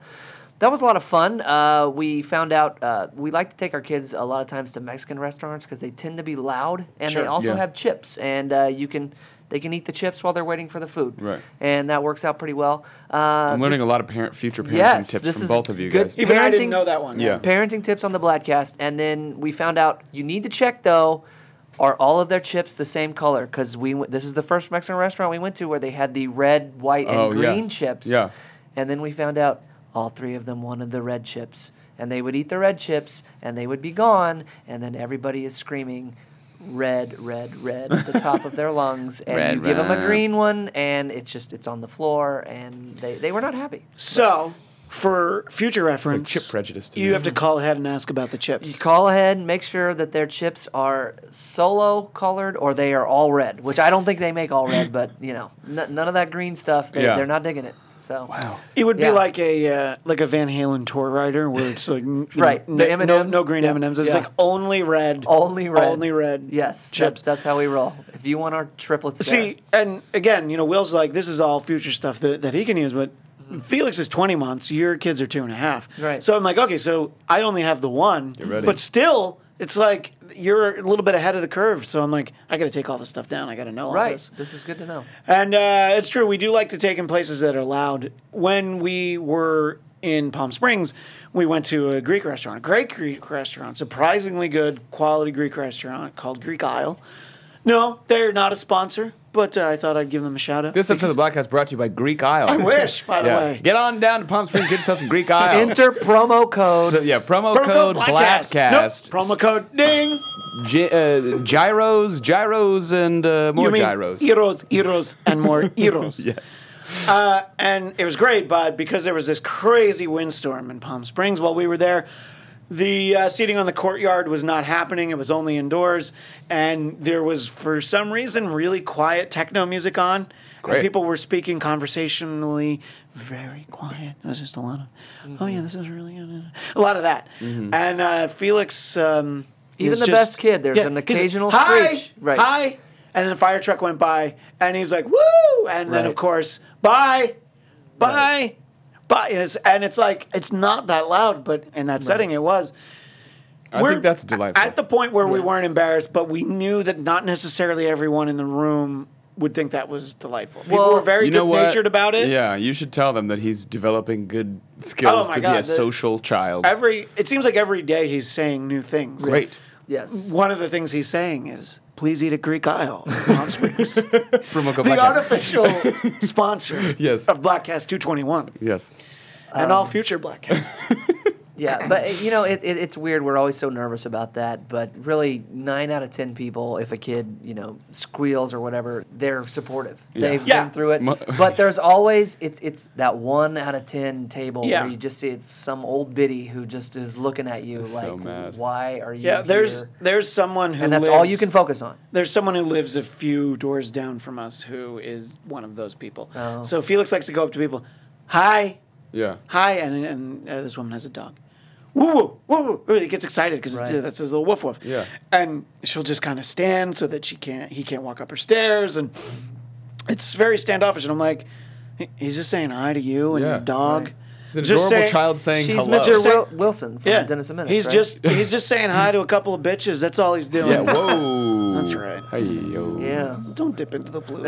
that was a lot of fun. Uh, we found out uh, we like to take our kids a lot of times to Mexican restaurants because they tend to be loud, and
Sure.
they also
Yeah.
have chips, and uh, you can. They can eat the chips while they're waiting for the food,
Right.
And that works out pretty well. Uh,
I'm learning
this-
a lot of parent, future parenting
Yes,
tips
this
from
is
both of you
good-
guys.
Even I didn't
parenting-
know that one.
Yeah.
Parenting tips on the Bladcast, and then we found out you need to check though. Are all of their chips the same color? Because we went, this is the first Mexican restaurant we went to where they had the red, white, and
Oh, yeah.
green chips.
Yeah.
And then we found out all three of them wanted the red chips, and they would eat the red chips, and they would be gone, and then everybody is screaming. Red, red, red at the top of their lungs, and
Red,
you give them a
red.
green one, and it's just it's on the floor, and they, they were not happy.
So, for future reference,
chip prejudice to
you
me.
have to call ahead and ask about the chips.
Call ahead and make sure that their chips are solo colored or they are all red, which I don't think they make all red, but you know, n- none of that green stuff. They,
Yeah.
They're not digging it. So
Wow.
It would
Yeah.
be like a uh, like a Van Halen tour rider where it's like n- you
Right,
know,
the
n- no,
M&Ms.
no green
Yeah.
M and M's. It's
Yeah.
like only red,
only red.
only red.
Yes,
chips.
chips. That's, how we roll. If you want our triplets, there.
See, and again, you know, Will's like, this is all future stuff that, that he can use, but Felix is 20 months, your kids are two and a half.
Mm-hmm. Right.
So I'm like, okay, so I only have the one,
ready.
but still, it's like you're a little bit ahead of the curve. So I'm like, I got to take all this stuff down. I got to know all
right?
this.
This is good to know.
And uh, it's true. We do like to take in places that are loud. When we were in Palm Springs, we went to a Greek restaurant, a great Greek restaurant, surprisingly good quality Greek restaurant called Greek Isle. No, they're not a sponsor, but uh, I thought I'd give them a shout out.
This episode of the Blackcast brought to you by Greek Isle.
I wish, by the
Yeah.
way.
Get on down to Palm Springs, get yourself some Greek Isle.
Enter promo code.
Oh. So, yeah, promo,
Promo
code
Blackcast.
Blackcast.
Nope, promo code ding.
Gy- uh, gyros, gyros, and uh, more
you mean
gyros.
Eros, Eros, and more Eros.
Yes.
Uh, and it was great, but because there was this crazy windstorm in Palm Springs while we were there, the uh, seating on the courtyard was not happening. It was only indoors, and there was, for some reason, really quiet techno music on.
Great.
And people were speaking conversationally, very quiet. It was just a lot of, oh yeah, this is really good. A lot of that,
Mm-hmm.
and uh, Felix. Um,
Even
is
the
just-
best kid, there's an
he's like,
occasional
hi,
screech." Right.
Hi, and then a fire truck went by, and he's like, "Woo!" And then of
Right.
course, "Bye, bye, bye." And it's, and it's like it's not that loud, but in that setting, it was.
I think that's delightful.
At the point where we
Yes.
weren't embarrassed, but we knew that not necessarily everyone in the room would think that was delightful. People
Well-
were very
you know
good
what?
natured about it.
Yeah, you should tell them that he's developing good skills
Oh my
to be a
God, the-
social child.
Every it seems like every day he's saying new things.
Great.
Yes.
One of the things he's saying is, "Please eat a Greek aisle." Palm Springs.
Promo code
the
Blackcast.
unofficial sponsor
Yes.
of Blackcast 221
Yes.
and all future Blackcasts.
Um, Yeah, but uh, you know, it, it, it's weird. We're always so nervous about that. But really, nine out of ten people, if a kid, you know, squeals or whatever, they're supportive. They've
Yeah.
been through it.
Mo-
But there's always it's it's that one out of ten table
Yeah.
where you just see it's some old biddy who just is looking at you like,
mad.
why are you?
yeah, there's
here?"
there's someone who
and that's
lives,
all you can focus on.
There's someone who lives a few doors down from us who is one of those people.
Oh.
So Felix likes to go up to people, "Hi,
Yeah.
hi," and, and uh, this woman has a dog. Woo woo woo woo! Really gets excited because
Right.
that's his little woof woof.
Yeah.
and she'll just kind of stand so that she can't he can't walk up her stairs, and it's very standoffish. And I'm like, "He- he's just saying hi to you and
Yeah.
your dog.
Right.
He's an
Just
adorable
say-
child saying
She's
hello.
Mr.
Say-
Wil- Wilson from Dennis and Menace,
He's
right?
just he's just saying hi to a couple of bitches. That's all he's doing.
Yeah, whoa.
That's right.
Hey, yo.
yeah.
Don't dip into the blue.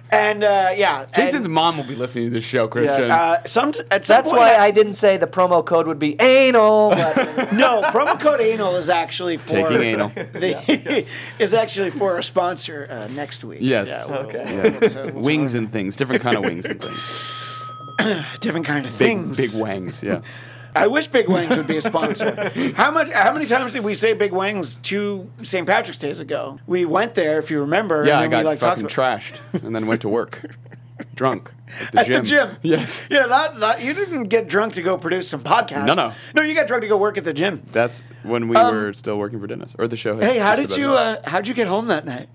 and uh, yeah,
Jason's
and,
mom will be listening to this show, Christian.
uh, some at some
That's
point
why
I-
I didn't say the promo code would be anal. But
no promo code anal is actually for
Taking anal.
the, is actually for our sponsor uh, next week.
Yes.
we'll-
Okay.
we'll- we'll- we'll- we'll-
wings and things, different kind of wings and things.
different kind of
Big,
things.
big wangs, yeah.
I wish Big Wings would be a sponsor. how much? How many times did we say Big Wings two St. Patrick's days ago? We went there, if you remember.
Yeah,
and
I
then
got
we, like, talked
fucking
about-
trashed and then went to work, drunk at the
At
gym.
the gym.
Yes,
Yeah, not, not you didn't get drunk to go produce some podcast.
No, no.
no. You got drunk to go work at the gym.
that's when we were still working for Dennis or the show. had
Um, Hey, how
just
did
about
you?
gone.
Uh, how'd you get home that night?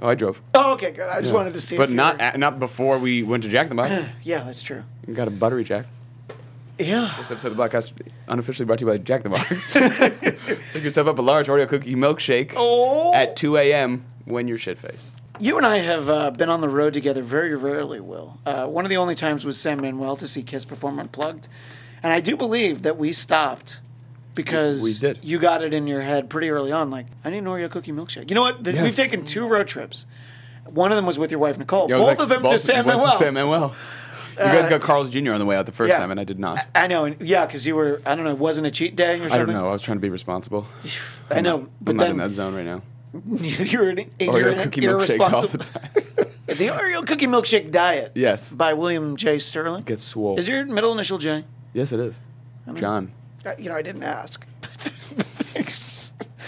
oh, I drove.
Oh, okay, good. I just wanted to see.
but
if you
not
were-
at, not before we went to Jack in the Box.
yeah, that's true.
We got a buttery Jack.
Yeah.
This episode of the podcast unofficially brought to you by Jack in the Box. Pick yourself up a large Oreo cookie milkshake
Oh.
at 2 a.m. when you're shit faced.
You and I have uh, been on the road together very rarely, Will. Uh, one of the only times was Sam Manuel to see Kiss perform Unplugged. And I do believe that we stopped because
We did.
you got it in your head pretty early on like, I need an Oreo cookie milkshake. You know what? The,
Yes.
We've taken two road trips. One of them was with your wife, Nicole. both of them to Sam
went
Manuel. Uh,
To San Manuel. You guys got Carl's Jr. on the way out the first
yeah. Uh,
time, and I did not. I,
I know. And, yeah, because you were, I don't know, wasn't a cheat day or something?
don't know. I was trying to be responsible.
I know. but
I'm
then
not in that zone right now.
you were an, you're
Oreo
an
cookie milkshakes all the
irresponsible-
time.
The Oreo cookie milkshake diet.
Yes.
By William J. Sterling.
Gets swole.
Is your middle initial J?
yes, it is. John.
Uh, You know, I didn't ask. Thanks.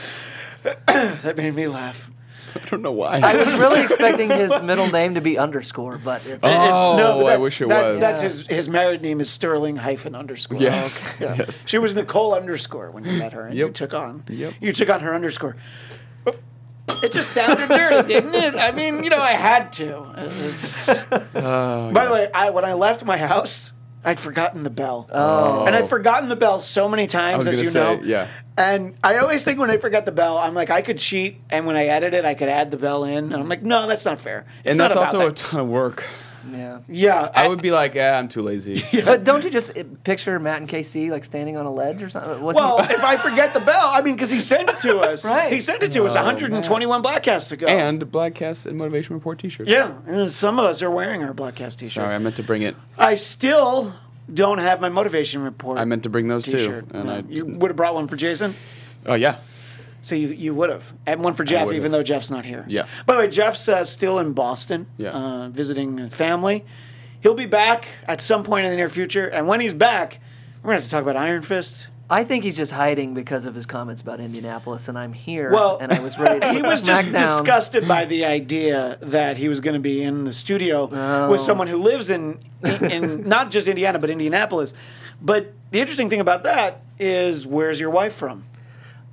that made me laugh.
I don't know why.
I was really expecting his middle name to be underscore, but it's,
Oh,
no, but
I
that's-
wish it
that-
was.
That's his his married name is Sterling hyphen underscore.
Yes.
Yeah.
Yes.
She was Nicole underscore when you met her, and you
Yep.
took on
Yep.
you took on her underscore. It just sounded dirty, didn't it? I mean, you know, I had to. It's-
Oh,
By the way, I when I left my house, I'd forgotten the bell. Oh. And I'd forgotten the bell so many times,
was
as
gonna
you
say,
know.
yeah.
And I always think when I forget the bell, I'm like, I could cheat, and when I edit it, I could add the bell in. And I'm like, no, that's not fair. It's
and
not
that's
about
also
that.
a ton of work.
yeah.
yeah.
I would be like, eh, I'm too lazy.
But don't you just uh, picture Matt and KC like standing on a ledge or something? Wasn't
well, if I forget the bell, I mean, because he sent it to us.
Right.
He sent it to us 121 blackcasts ago.
And Blackcast and Motivation Report T-shirt.
yeah, and some of us are wearing our blackcast t-shirts.
Sorry, I meant to bring it.
I still don't have my motivation report.
I meant to bring those
t-shirt.
too. And
No,
I.
you would have brought one for Jason.
oh yeah.
So you, you would have. And one for Jeff,
would've.
even though Jeff's not here.
Yes.
By the way, Jeff's uh, still in Boston,
Yes.
uh, visiting family. He'll be back at some point in the near future. And when he's back, we're going to have to talk about Iron Fist.
I think he's just hiding because of his comments about Indianapolis, and I'm here.
Well,
and I was ready. To
he was just
smack down.
disgusted by the idea that he was going to be in the studio
Oh.
with someone who lives in, in not just Indiana but Indianapolis. But the interesting thing about that is, where's your wife from?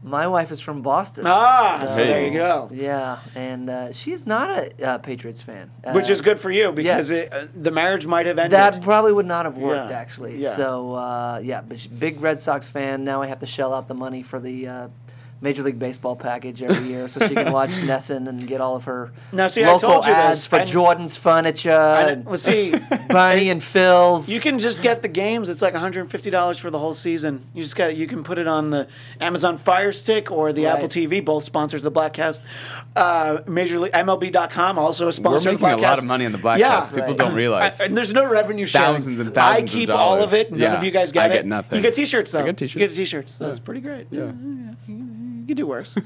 My wife is from Boston.
Ah, so
Hey.
there you go.
Yeah, and uh, she's not a uh, Patriots fan, uh,
Which is good for you because
yes.
it, uh, the marriage might have ended.
That probably would not have worked
Yeah,
actually.
yeah.
So uh, yeah, but she's a big Red Sox fan. Now I have to shell out the money for the uh, Major League Baseball package every year, so she can watch Nesson and get all of her
Now, see, I
local
told you
ads
this,
for
and-
Jordan's furniture,
And,
and
well, see,
Barney and Phil's.
you can just get the games. It's like $150 for the whole season. You just got you can put it on the Amazon Fire Stick or the
Right.
Apple TV. Both sponsors of the Blackcast. Uh, Major League MLB.com also a
We're
sponsor. of
making
the
a lot
Blackcast.
of money on the Blackcast.
Yeah.
People
Right.
don't realize.
I- and there's no revenue sharing.
Thousands and thousands
I
of
keep
dollars.
all of it. None
Yeah.
of you guys got
I
it.
get nothing.
You get T-shirts though.
I get
You
t-shirts.
get T-shirts. That's pretty great. Yeah.
Yeah.
You could do worse.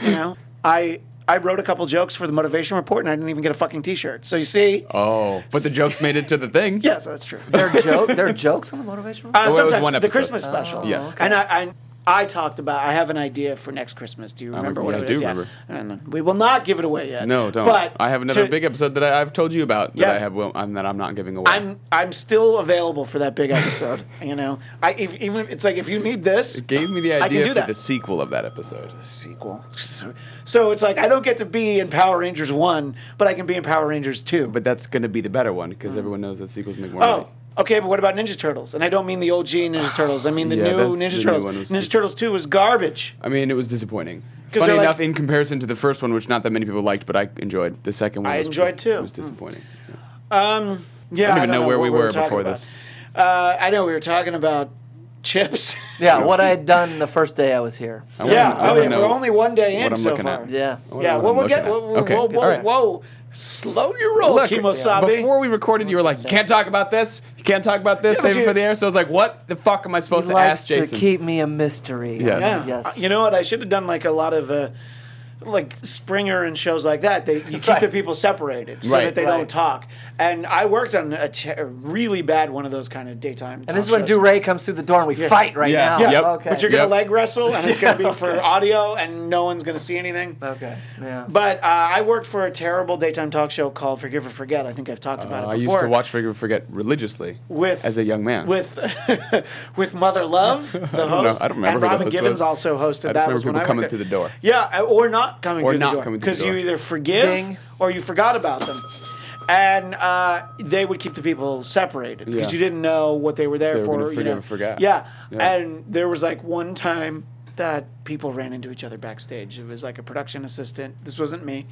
you know, I I wrote a couple jokes for the motivation report and I didn't even get a fucking T-shirt. So you see,
Oh, but the jokes made it to the thing.
yes, that's true.
there are, joke, there are jokes on the motivational.
Uh,
it was
sometimes
one
the
episode.
Christmas special.
Yes. okay.
And I, I I talked about I have an idea for next Christmas. Do you remember
yeah,
what
I
it
do
is?
remember.
And we will not give it away yet.
No, don't.
But
I have another
to-
big episode that I, I've told you about
Yeah.
that I have will, um, that I'm not giving away.
I'm I'm still available for that big episode. you know, I if, even if- it's like if you need this
it gave me the
can
idea
do
for
that.
the sequel of that episode.
sequel, so, so it's like I don't get to be in Power Rangers one, but I can be in Power Rangers two.
But that's going to be the better one because everyone knows that sequels make more money.
Mm. oh. Okay, but what about Ninja Turtles? And I don't mean the OG Ninja Turtles. I mean the
Yeah,
new
that's-
Ninja
the new
Turtles.
one was
Ninja
just-
Turtles 2 was garbage.
I mean, it was disappointing.
'Cause
Funny
they're like-
enough, in comparison to the first one, which not that many people liked, but I enjoyed. The second one,
I
was,
enjoyed
was-
too.
Was disappointing. Yeah.
Yeah,
I don't even know where
what
we were
talking
before
about.
this.
Uh, I know we were talking about chips.
yeah, what I had done the first day I was here. So,
I wanna-
yeah,
I
oh,
wanna
yeah,
know
we're only one day
what
in
I'm
so
looking
far.
at.
yeah.
I wonder
Yeah,
what
well,
I'm
we'll
looking
get.
at.
Whoa, whoa,
Okay,
whoa,
all
whoa,
right.
whoa. Slow your roll,
Look,
Kimosabe.
before we recorded, you were like, "You can't talk about this. You can't talk about this.
Yeah, but
Save it
you-
for the air." So I was like, "What the fuck am I
He
supposed to
likes
ask
to
Jason?"
keep me a mystery.
Yes.
yeah.
Yes.
You know what? I should have done like a lot of. Uh, like Springer and shows like that, they you keep the people separated so
Right.
that they
Right.
don't talk. And I worked on a, ch- a really bad one of those kind of daytime.
And this is when Duray comes through the door and we fight right
Yeah.
now.
Yeah. Yep.
Okay.
But you're gonna
Yep.
leg wrestle, and it's gonna be for audio, and no one's gonna see anything.
okay. Yeah.
But uh, I worked for a terrible daytime talk show called Forgive or Forget. I think I've talked about
Uh,
it
I
before.
used to watch Forgive and Forget religiously
With-
as a young man.
with with Mother Love, the host.
know. I don't remember who
And
the
Robin
host
Gibbons
was.
also hosted
I just
that.
remember
was when
people
I
coming
worked
through
there.
the door.
Yeah, I- or not coming
Or
through
not
the door
coming through the
because you
door.
either forgive
Ding.
or you forgot about them. And uh, they would keep the people separated because
Yeah.
you didn't know what they were there
They were
for.
gonna
you
forgive
know.
or forget.
Yeah.
Yeah.
and there was like one time that people ran into each other backstage. It was like a production assistant. This wasn't me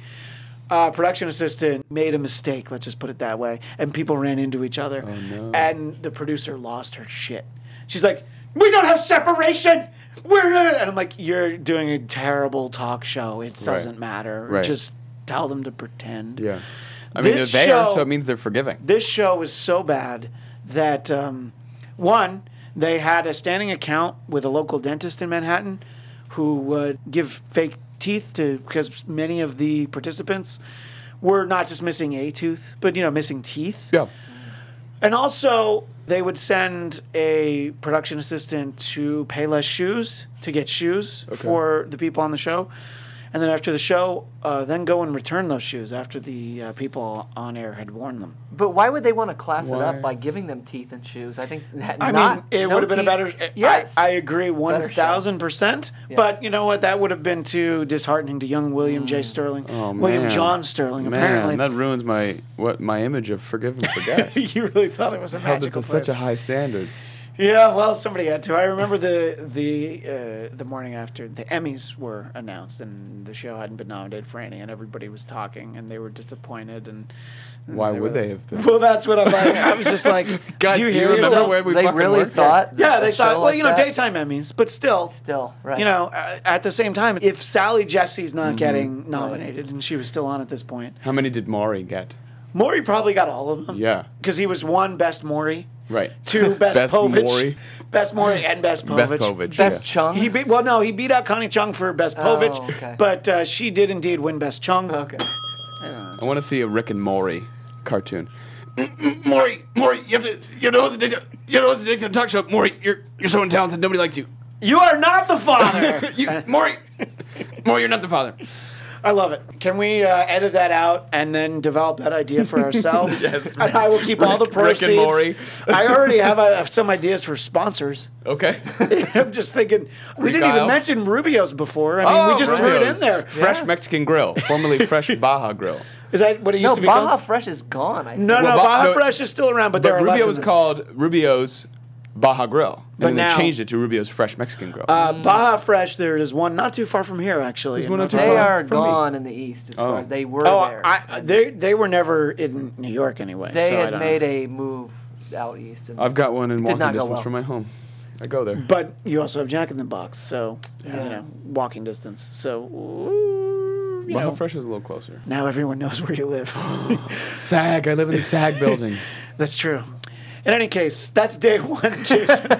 uh, production assistant made a mistake. Let's just put it that way. And people ran into each
Oh,
other. And the producer lost her shit. She's like, "We don't have separation." We're and I'm like, "You're doing a terrible talk show. It doesn't matter.
Right.
Just tell them to pretend."
yeah. I mean,
This
they're there,
show-
so it means they're forgiving.
This show was so bad that um, one, they had a standing account with a local dentist in Manhattan who would give fake teeth to because many of the participants were not just missing a tooth, but you know, missing teeth.
Yeah.
And also, they would send a production assistant to pay less shoes to get shoes for the people on the show. And then after the show, uh, then go and return those shoes after the uh, people on air had worn them.
But why would they want to class it
Why?
up by giving them teeth and shoes? I think that
I
not,
mean, it
no
would have been a
teeth-
better.
Yes.
I, I agree one
Better show.
thousand percent. But you know what? That would have been too disheartening to young William
Mm.
J. Sterling,
Oh,
William
man.
John Sterling.
Man,
apparently,
that ruins my what my image of Forgive and Forget.
you really thought it was a
Held it
magical
to
place.
such a high standard.
yeah, well, somebody had to. I remember the the uh, the morning after the Emmys were announced, and the show hadn't been nominated for any, and everybody was talking, and they were disappointed. And, and
Why
Mm, were-
would they have been?
Well, that's what I'm like. I was just like,
Guys,
do you
do you
hear
remember
yourself?
where we
they
fucking
really
work?
thought.
Yeah,
that
they
a
thought,
show
well,
like
you know,
that-
daytime Emmys, but still,
Still, right.
You know, uh, at the same time, if Sally Jesse's
Mm-hmm.
not getting nominated and she was still on at this point,
How many did Maury get?
Maury probably got all of them.
Yeah.
because he was one best Maury,
Right.
two best,
Best
Povich,
Maury.
best Maury, and best Povich.
Best Povich. Oh,
Best
yeah.
Chung.
He beat well, no, he beat out Connie Chung for best Povich,
okay.
but uh, she did indeed win best Chung.
okay.
I want to see a Rick and Morty cartoon. Maury, Maury, you have to, you know, the daytime, you know, the daytime talk show. Maury, you're you're so untalented, nobody likes you.
You are not the father.
You, Maury, Maury, you're not the father.
I love it. Can we uh, edit that out and then develop that idea for ourselves?
Yes.
And I will keep all the
Rick- Rick
proceeds.
and Morty.
I already have uh, some ideas for sponsors.
Okay.
I'm just thinking we
Greek
didn't even
Isle.
mention Rubio's before. I mean, Oh, we just threw it in there.
Fresh
Yeah.
Mexican Grill, formerly Fresh Baja Grill.
Is that what it used
No,
to be?
Baja
called?
Fresh is gone. I think.
No, no,
Well, Ba-
Baja
no,
Fresh is still around, but, there
But
are less
Rubio
of
was
them.
called Rubio's Baja Grill, and
But
then
now-
they changed it to Rubio's Fresh Mexican Grill.
uh, Baja Fresh. There is one not too far from here, actually. in
one not too
Monterey.
They
From-
are
from me.
gone in the East as far as they were
Oh,
there.
I, they they were never in New York anyway.
they
so I
had
don't
made a move out east. And,
I've got one in walking
not go
distance
well.
from my home. I go there.
But you also have Jack in the Box, so you
Yeah.
know walking distance. So ooh, you
Baja
know,
Fresh is a little closer.
now everyone knows where you live.
SAG. I live in the SAG building.
That's true. In any case, that's day one, Jason.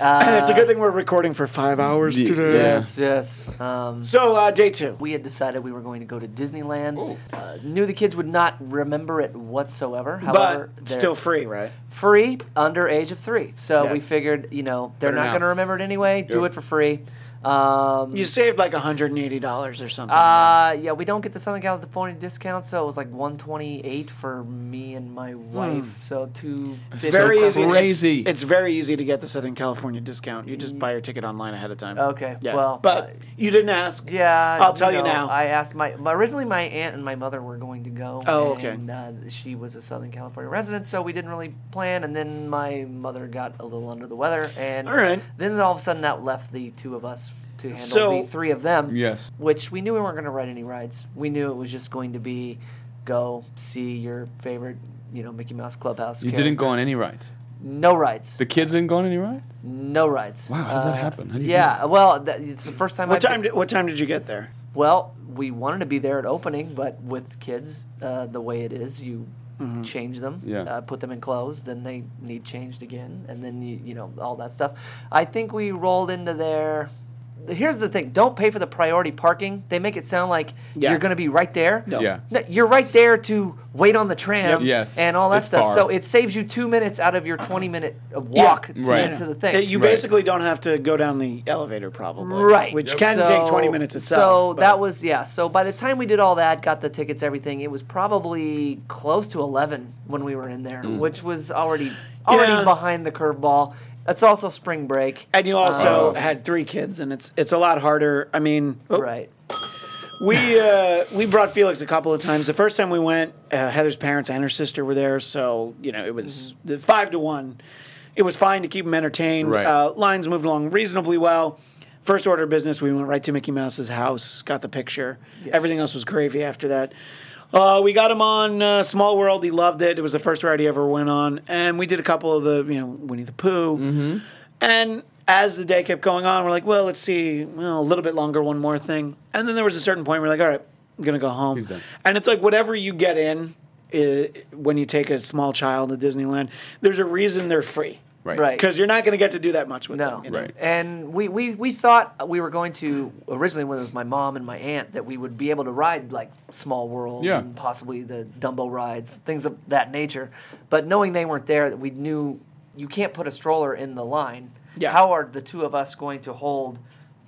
and it's a good thing we're recording for five hours
Ye-
today.
Uh, yeah.
yes, yes. Um,
So uh, day two.
we had decided we were going to go to Disneyland.
Ooh.
Uh, knew the kids would not remember it whatsoever. However,
But
they're
still free, right?
free under age of three. So
Yeah.
we figured, you know, they're
Better
not
now.
going to remember it anyway. Do
Yep.
it for free. Um,
You saved like hundred and eighty dollars or something.
Uh, yeah, we don't get the Southern California discount, so it was like one twenty eight for me and my wife. So two.
Hmm. it's very
so
easy. it's-
crazy.
It's, very easy to get the Southern California discount. You just buy your ticket online ahead of time.
Okay,
Yeah.
well,
but
uh,
you didn't ask.
Yeah,
I'll tell you
know,
now.
I asked my, my originally my aunt and my mother were going to go.
Oh, okay.
And uh, she was a Southern California resident, so we didn't really plan. And then my mother got a little under the weather, and
All right.
then all of a sudden that left the two of us to handle
So-
the three of them.
Yes.
Which we knew we weren't going to ride any rides. We knew it was just going to be go see your favorite, you know, Mickey Mouse Clubhouse.
You
character.
didn't go on any rides.
No rides.
The kids didn't go on any rides.
no rides. Uh,
Wow, how does that happen? How do you do
yeah, well, that, it's the first time.
What
I've been-
time? Did, what time did you get there?
Well, we wanted to be there at opening, but with kids, uh, the way it is, you change them,
Mm-hmm. Yeah.
uh, put them in clothes, then they need changed again, and then you, you know all that stuff. I think we rolled into there here's the thing: don't pay for the priority parking. They make it sound like
Yeah.
you're going to be right there.
No.
Yeah.
No, you're right there to wait on the
Yep.
tram
Yes.
and all that
It's
stuff.
far.
So it saves you two minutes out of your 20 minute walk to
Right.
get to the thing.
Yeah, you
Right.
basically don't have to go down the elevator, probably.
Right.
Which can take 20 minutes
So
itself. but-
that was, yeah. So by the time we did all that, got the tickets, everything, it was probably close to 11 when we were in there, which was already already
Yeah.
behind the curveball. It's also spring break.
And you also
Um,
had three kids, and it's it's a lot harder. I mean, oh,
right.
we uh, we brought Felix a couple of times. The first time we went, uh, Heather's parents and her sister were there, so you know it was the five to one. It was fine to keep them entertained.
Right.
Uh, lines moved along reasonably well. First order of business, we went right to Mickey Mouse's house, got the picture. Everything else was gravy after that. Uh, we got him on uh, Small World. He loved it. It was the first ride he ever went on, and we did a couple of the you know Winnie the Pooh. And as the day kept going on, we're like, well, let's see, well, a little bit longer, one more thing. And then there was a certain point where we're like, all right, I'm gonna go home.
He's done.
And it's like whatever you get in i when you take a small child to Disneyland, there's a reason they're free,
Right.
Right.
Because you're not gonna get to do that much with
No.
them. you know?
Right.
And we, we, we thought we were going to, originally when it was my mom and my aunt, that we would be able to ride like Small World
Yeah.
and possibly the Dumbo rides, things of that nature. But knowing they weren't there, we knew you can't put a stroller in the line.
Yeah.
How are the two of us going to hold,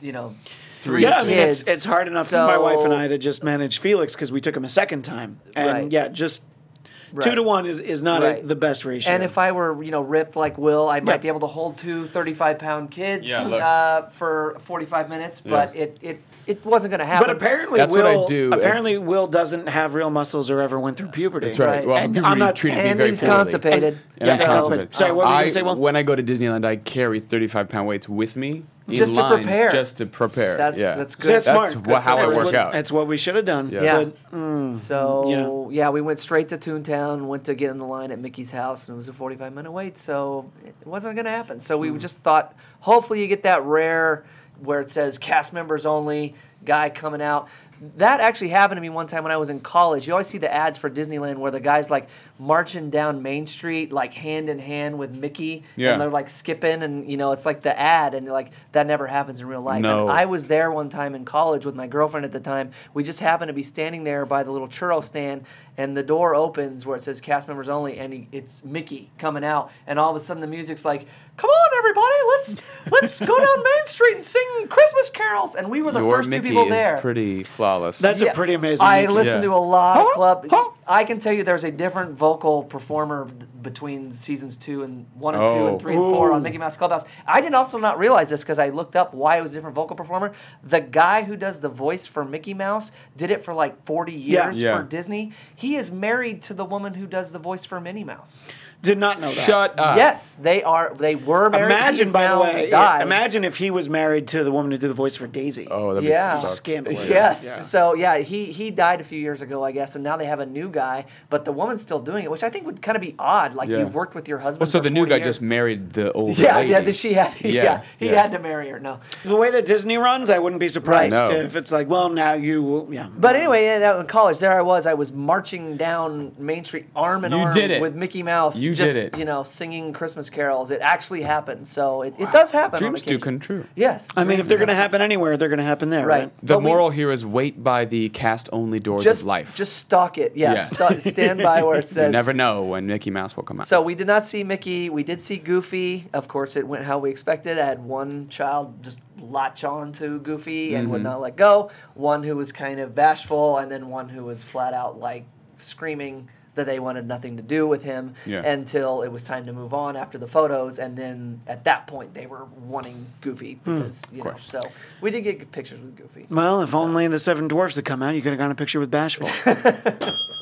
you know, three
Yeah, I mean, it's,
kids?
it's hard enough for my wife and I
So-
to just manage Felix because we took him a second time, and
Right.
yeah, just two
Right.
to one is, is not
Right.
a, the best ratio.
And if I were, you know, ripped like Will, I might
Yeah.
be able to hold two 35 pound kids
Yeah, look.
uh, for 45 minutes, but
Yeah.
it, it, it wasn't going to happen.
But apparently,
That's what I
Will,
do.
apparently Will doesn't have real muscles or ever went through puberty.
That's right.
Right.
Well,
And
people
I'm not- eh,
treated me
and
very
he's
poorly.
constipated.
And
Yeah,
I'm
and
constipated.
constipated. Sorry, what were you
I,
gonna say, Will?
When I go to Disneyland, I carry 35 pound weights with me. in
Just to
line,
prepare.
Just to prepare.
That's-
yeah.
that's good.
See, that's,
That's
smart.
wha- how I
That's
work
what-
out.
That's what we should have done.
Yeah.
Yeah.
But
So yeah. we went straight to Toontown, went to get in the line at Mickey's house, and it was a 45 minute wait. So it wasn't going to happen. So
Mm.
we just thought, hopefully, you get that rare where it says cast members only guy coming out. That actually happened to me one time when I was in college. You always see the ads for Disneyland where the guy's like marching down Main Street, like hand in hand with Mickey,
Yeah.
and they're like skipping, and you know it's like the ad, and like that never happens in real life.
No.
And I was there one time in college with my girlfriend at the time. We just happened to be standing there by the little churro stand, and the door opens where it says cast members only, and he, it's Mickey coming out. And all of a sudden, the music's like, "Come on, everybody, let's let's go down Main Street and sing Christmas carols." And we were the
Your
first
Mickey
two people
is
there.
pretty flawless.
That's a pretty amazing.
I
Mickey.
listened
Yeah.
to a lot of
Huh?
club.
Huh?
I can tell you there's a different vocal performer b- between seasons two and one and two
Oh.
and three and four on Mickey Mouse Clubhouse. I did also not realize this because I looked up why it was a different vocal performer. The guy who does the voice for Mickey Mouse did it for like 40
Yeah.
years
Yeah.
for Disney. He is married to the woman who does the voice for Minnie Mouse.
Did not know that.
Shut up.
yes, they are. They were married. He
Imagine,
is
by the
now
way,
died.
imagine if he was married to the woman who did the voice for Daisy.
Oh, that'd
Yeah.
be fucked.
Scandalous.
Yes.
Yeah.
So yeah, he he died a few years ago, I guess, and now they have a new guy, but the woman's still doing it, which I think would kind of be odd. Like
Yeah.
you've worked with your husband.
Well, so
for
the new
40
guy
years.
just married the old
Yeah,
lady.
yeah. that She had. Yeah,
Yeah,
he
yeah.
had to marry her. No.
The way that Disney runs, I wouldn't be surprised
Right. No.
if it's like, well, now you, will- yeah.
But anyway, yeah, that in college, there I was. I was marching down Main Street, arm in
You
arm
did it.
with Mickey Mouse.
You
just,
did it.
You know, singing Christmas carols. It actually happened. So it, it does happen. on
Dreams do
occasion.
come true.
Yes.
I mean,
dreams
if they're
do
going to
come
happen anywhere, they're going to happen there,
true.
right?
right.
The
But we-
moral here is wait by the cast only doors
just
of life.
Just stalk it. Yeah.
Yeah.
sta- stand by where it
you
says.
never know when Mickey Mouse will come out.
So we did not see Mickey. We did see Goofy. Of course, it went how we expected. I had one child just latch on to Goofy and would
Mm-hmm.
not let go. One who was kind of bashful, and then one who was flat out like screaming that they wanted nothing to do with him
Yeah.
until it was time to move on after the photos. And then at that point, they were wanting Goofy because you know.
Hmm. course.
So we did get good pictures with Goofy.
Well, if only the Seven Dwarfs had come out, you could have gotten a picture with Bashful.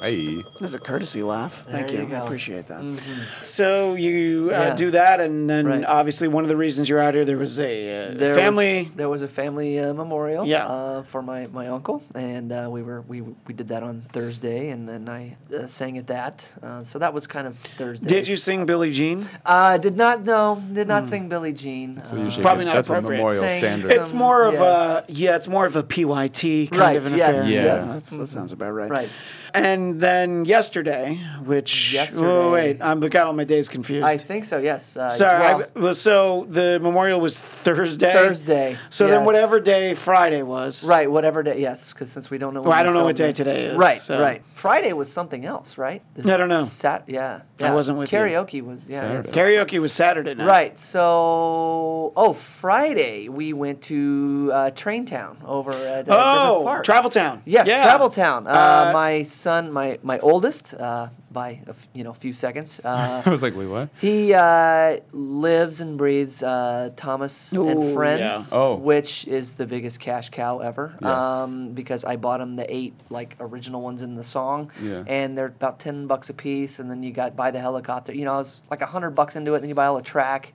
hey.
That's a courtesy laugh. Thank
There
you.
you
I
go. Mm-hmm.
appreciate that. So you uh,
Yeah.
do that, and then
Right.
obviously one of the reasons you're out here, there was a uh,
there
family.
Was, there was a family uh, memorial.
Yeah.
Uh, for my, my uncle, and uh, we were we we did that on Thursday, and then I uh, sang at that. Uh, so that was kind of Thursday.
Did you Hmm. sing Billie Jean?
Uh, did not no did not sing Billie Jean. Uh,
So you should
Probably
get-
not
that's a
appropriate.
memorial
Saying
standard.
so-
It's more of
yes.
a yeah, it's more of a PYT kind
Right,
of an
yes,
affair.
yes.
that's, that sounds about right.
right.
And then yesterday, which
Yesterday.
oh wait, I'm got all my days confused.
I think so. Yes. Uh,
Sorry. I-
well,
well, so the memorial was Thursday.
Thursday,
So
yes.
then, whatever day Friday was,
right. Whatever day. Yes, because since we don't know. when
Well, I
we
don't know
filmed
what day
it.
today is,
Right.
so-
Right. Friday was something else, right? The
I don't know.
Sat- yeah,
I
yeah.
wasn't with you.
Karaoke was yeah. yeah.
Saturday.
Karaoke was Saturday night.
Right. So, oh, Friday we went to uh, Train Town over at uh, Griffith
Oh,
Park.
Travel Town.
Yes,
Yeah.
Travel Town. Uh,
Uh,
my son, my my oldest, uh, by a f- you know few seconds. Uh,
I was like, wait, what?
He uh, lives and breathes uh, Thomas
Ooh,
and Friends,
yeah.
Oh.
which is the biggest cash cow ever.
Yes.
Um, because I bought him the eight like original ones in the song,
Yeah.
and they're about ten bucks a piece. And then you got buy the helicopter. You know, it's like a hundred bucks into it. Then you buy all the track,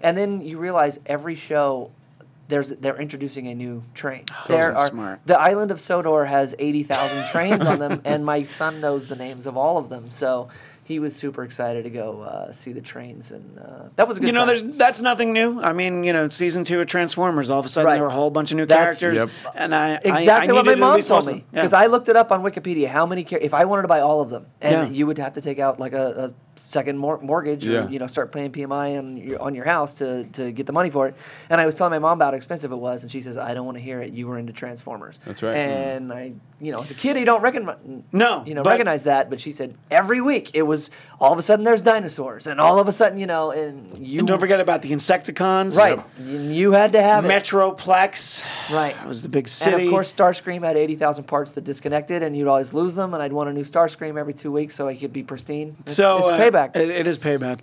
and then you realize every show. There's, they're introducing a new train.
Oh,
There
so
are
smart.
the island of Sodor has 80,000 trains on them, and my son knows the names of all of them. So he was super excited to go uh, see the trains, and uh, that was a good.
You know,
time.
there's that's nothing new. I mean, you know, season two of Transformers. All of a sudden,
Right.
there were a whole bunch of new
That's-
characters,
Yep.
and I I- I
exactly what my
needed at
mom
least
told
most of
me
them. Yeah.
because I looked it up on Wikipedia how many car- if I wanted to buy all of them, and
Yeah.
you would have to take out like a, a second mor- mortgage
Yeah.
or you know start paying PMI on your on your house to to get the money for it. And I was telling my mom about how expensive it was, and she says, "I don't want to hear it. You were into Transformers."
That's right.
And I, you know, as a kid, you don't recognize
Mm. No,
you know
but-
recognize that. But she said every week it was all of a sudden there's dinosaurs, and all of a sudden you know, and you
And don't forget about the Insecticons.
right, you, you had to have it.
Metroplex.
Right.
That was the big city.
And of course, Starscream had 80,000 parts that disconnected, and you'd always lose them, and I'd want a new Starscream every two weeks so I could be pristine. It's,
so
it's
uh,
payback. Mm-hmm.
it- it is payback.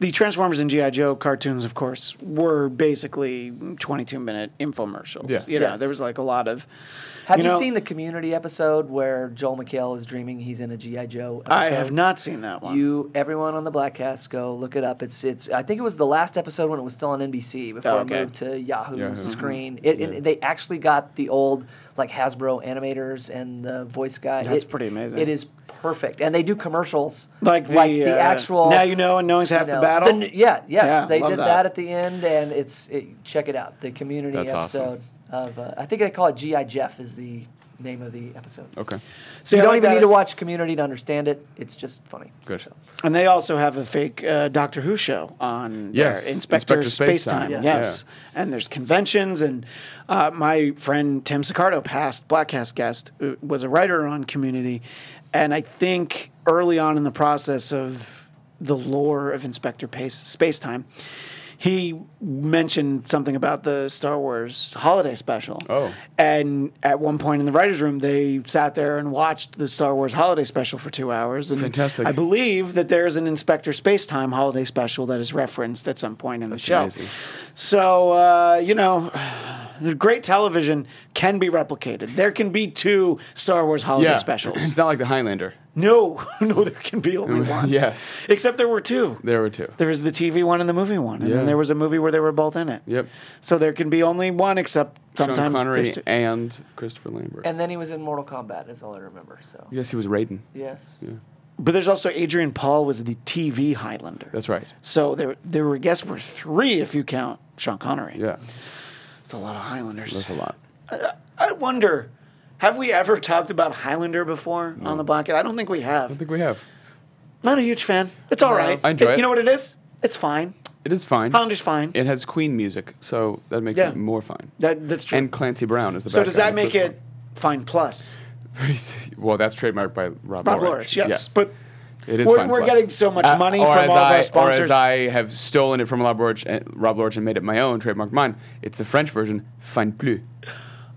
The Transformers and GI Joe cartoons, of course, were basically 22 minute infomercials.
Yeah.
You know,
Yes.
there was like a lot of.
have you,
know-
seen the Community episode where Joel McHale is dreaming he's in a G.I. Joe episode?
I have not seen that one.
You, everyone on the Blackcast, go look it up. It's, it's. I think it was the last episode when it was still on NBC before
Oh, okay.
it moved to Yahoo,
Yahoo.
screen. It, it-
Yeah.
they actually got the old like Hasbro animators and the voice guy.
That's
It-
pretty amazing.
It is perfect, and they do commercials
like the, uh,
actual.
Now you know, and knowing's half
you
the
know,
battle.
n- yeah, yes,
Yeah,
they
love
did that.
that.
at the end, and it's it, check it out. The community
That's
episode
awesome.
of uh, I think they call it GI Jeff is the name of the episode.
Okay,
See, I
you don't
like
even
that.
need to watch Community to understand it. It's just funny.
good.
And they also have a fake uh, Doctor Who show on
Yes,
their Inspector,
Inspector
Space
Spacetime.
Time.
Yes.
Yes. And there's conventions. And uh, my friend Tim Sicardo, past Blackcast guest, uh, was a writer on Community. And I think early on in the process of the lore of Inspector Pace, Space Time, he mentioned something about the Star Wars holiday special.
Oh.
And at one point in the writer's room, they sat there and watched the Star Wars holiday special for two hours. And
Fantastic.
I believe that there is an Inspector Spacetime holiday special that is referenced at some point in the show.
amazing.
So, uh, you know, great television can be replicated. There can be two Star Wars holiday
Yeah,
specials.
It's not like the Highlander.
No, no, there can be only one.
yes,
Except there were two.
there were two.
There was the TV one and the movie one, and
Yeah.
then there was a movie where they were both in it.
Yep.
So there can be only one, except
Sean
sometimes
Connery
there's two.
and Christopher Lambert.
And then he was in Mortal Kombat. Is all I remember. So
yes, he was Raiden.
yes,
Yeah,
But there's also Adrian Paul was the TV Highlander.
that's right.
So there, there were I guess were three if you count Sean Connery.
Yeah,
it's a lot of Highlanders. Uh,
that's a lot.
I wonder, have we ever talked about Highlander before on the podcast? I don't think we
I
have.
think we have.
Not a huge fan. It's all right.
I enjoy
You
it.
know what it is? It's fine.
It is fine.
Highlander's fine.
It has Queen music, so that makes
Yeah.
it more fine.
That that's true.
And Clancy Brown is the.
so
bad
does
guy
that
in the
make
first
it fine plus?
one. well, that's trademarked by Rob.
Bob
Lorich.
Lawrence, yes. But
It is
We're-
fine
we're
plus.
getting so much money
Uh, or
from
as
all of our
I- Or
sponsors.
as I have stolen it from Rob Lorch and, Rob Lorch and made it my own, trademarked mine, it's the French version, fine plus.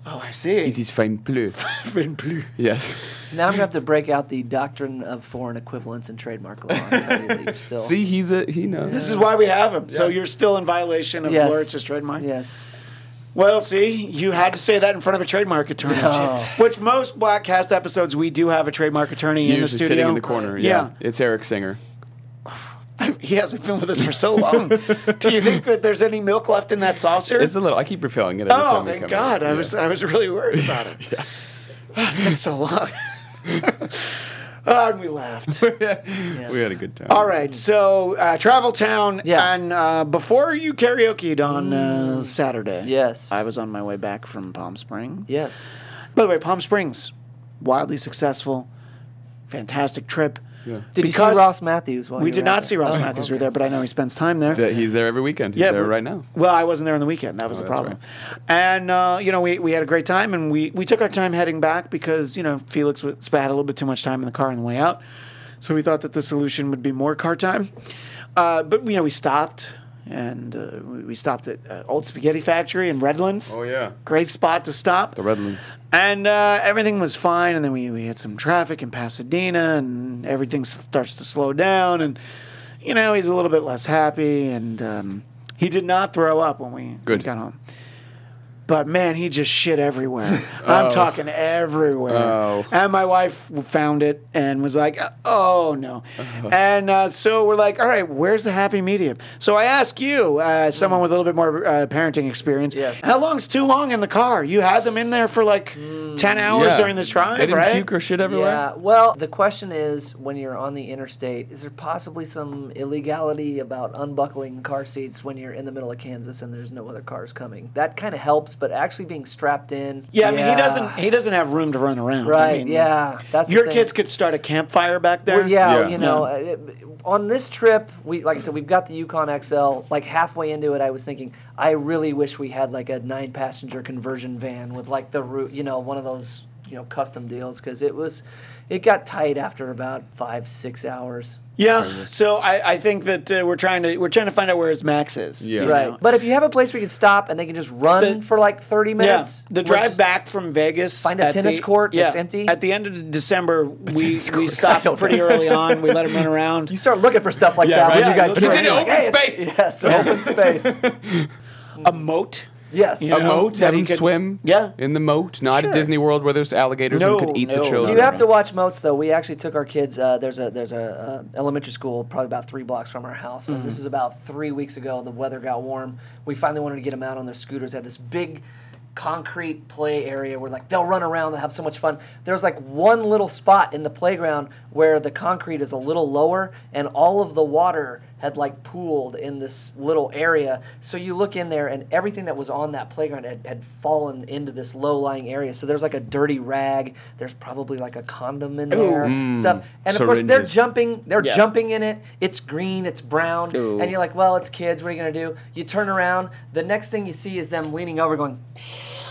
oh, I see.
It is fine plus.
Fine bleu.
yes.
now I'm gonna have to break out the doctrine of foreign equivalents and trademark law. And tell you that you're still
See, he's a he knows.
This is why we have him. So
Yeah.
you're still in violation of
yes.
Lawrence's trademark.
Yes.
Well, see, you had to say that in front of a trademark attorney,
No.
which most Blackcast episodes we do have a trademark attorney in
usually
the studio.
sitting in the corner. Yeah. it's Eric Singer.
Yeah. he hasn't been with us for so long. do you think that there's any milk left in that saucer?
It's a little. I keep refilling it. Every
oh,
time we
thank
come
God!
in.
I
Yeah.
was I was really worried about it. it's been so long. oh, and we laughed.
We had a good time.
All right, so uh, Travel Town,
Yeah. Mm.
and uh, before you karaoke'd on uh, Saturday,
Yes.
I was on my way back from Palm Springs.
Yes.
By the way, Palm Springs, wildly successful, fantastic trip.
Yeah.
Did you
Because
see Ross Matthews? While
We
you
did
were
not
out
see
there?
Ross
Oh,
Matthews. We were
okay.
there, but I know he spends time there.
That he's there every weekend. He's there
we-
right now.
Well, I wasn't there on the weekend. That was the
Oh, that's
problem. And uh, you know, we, we had a great time, and we we took our time heading back because you know Felix w- spat a little bit too much time in the car on the way out, so we thought that the solution would be more car time. Uh, but you know, we stopped. And uh, we we stopped at uh, Old Spaghetti Factory in Redlands.
Oh, yeah.
great spot to stop.
The Redlands.
And uh, everything was fine. And then we, we had some traffic in Pasadena, and everything s- starts to slow down. And, you know, he's a little bit less happy. And um, he did not throw up when we
Good.
got home. But man, he just shit everywhere. I'm talking everywhere.
Oh.
And my wife w- found it and was like, oh no.
Uh-huh.
And uh, so we're like, all right, where's the happy medium? So I ask you, uh, someone with a little bit more uh, parenting experience,
Yes.
how long's too long in the car? You had them in there for like
Mm.
10 hours
Yeah.
during this drive,
They didn't
right?
puke or shit everywhere.
Yeah. Well, the question is, when you're on the interstate, is there possibly some illegality about unbuckling car seats when you're in the middle of Kansas and there's no other cars coming? That kind of helps, but actually being strapped in.
yeah, I mean, he doesn't he doesn't have room to run around. I
Right.
mean,
yeah. That's the
Your
thing.
kids could start a campfire back there.
Well, yeah,
Yeah.
you know, uh, on this trip, we like I said, we've got the Yukon XL. Like halfway into it, I was thinking, I really wish we had like a nine-passenger conversion van with like the root, you know, one of those you know custom deals because it was, it got tight after about five six hours.
Yeah. So I, I think that uh, we're trying to we're trying to find out where his max is.
Yeah.
you
Right.
know?
But if you have a place where you can stop and they can just run
The-
for like thirty minutes,
Yeah. The
we're
drive
just-
back from Vegas.
Find a
at
tennis
the-
court that's empty?
At the end of December, we,
tennis
we
court. I
stopped
don't
pretty
know.
early on. We let him run around.
You start looking for stuff like
Yeah,
that
right.
when
Yeah,
you
look
got
for
kids.
any
You're like,
open
"Hey, it's-
space."
Yes, open space.
A moat.
Yes.
Yeah.
A moat?
that
Have
he
him
could-
swim?
Yeah.
In the moat? Not
Sure.
at Disney World where there's alligators
No,
and could eat
no,
the
no,
children.
no.
You have to watch Moats though. We actually took our kids. Uh, there's a there's a uh, elementary school probably about three blocks from our house, and this is about three weeks ago. The weather got warm. We finally wanted to get them out on their scooters. They had this big concrete play area where like they'll run around, they'll have so much fun. There's like one little spot in the playground where the concrete is a little lower, and all of the water had like pooled in this little area. So you look in there, and everything that was on that playground had, had fallen into this low lying area. So there's like a dirty rag. There's probably like a condom in there, stuff. And of course, they're
syringes.
jumping. They're
Yeah.
jumping in it. It's green. It's brown.
Ooh.
And you're like, well, it's kids. What are you gonna do? You turn around. The next thing you see is them leaning over, going,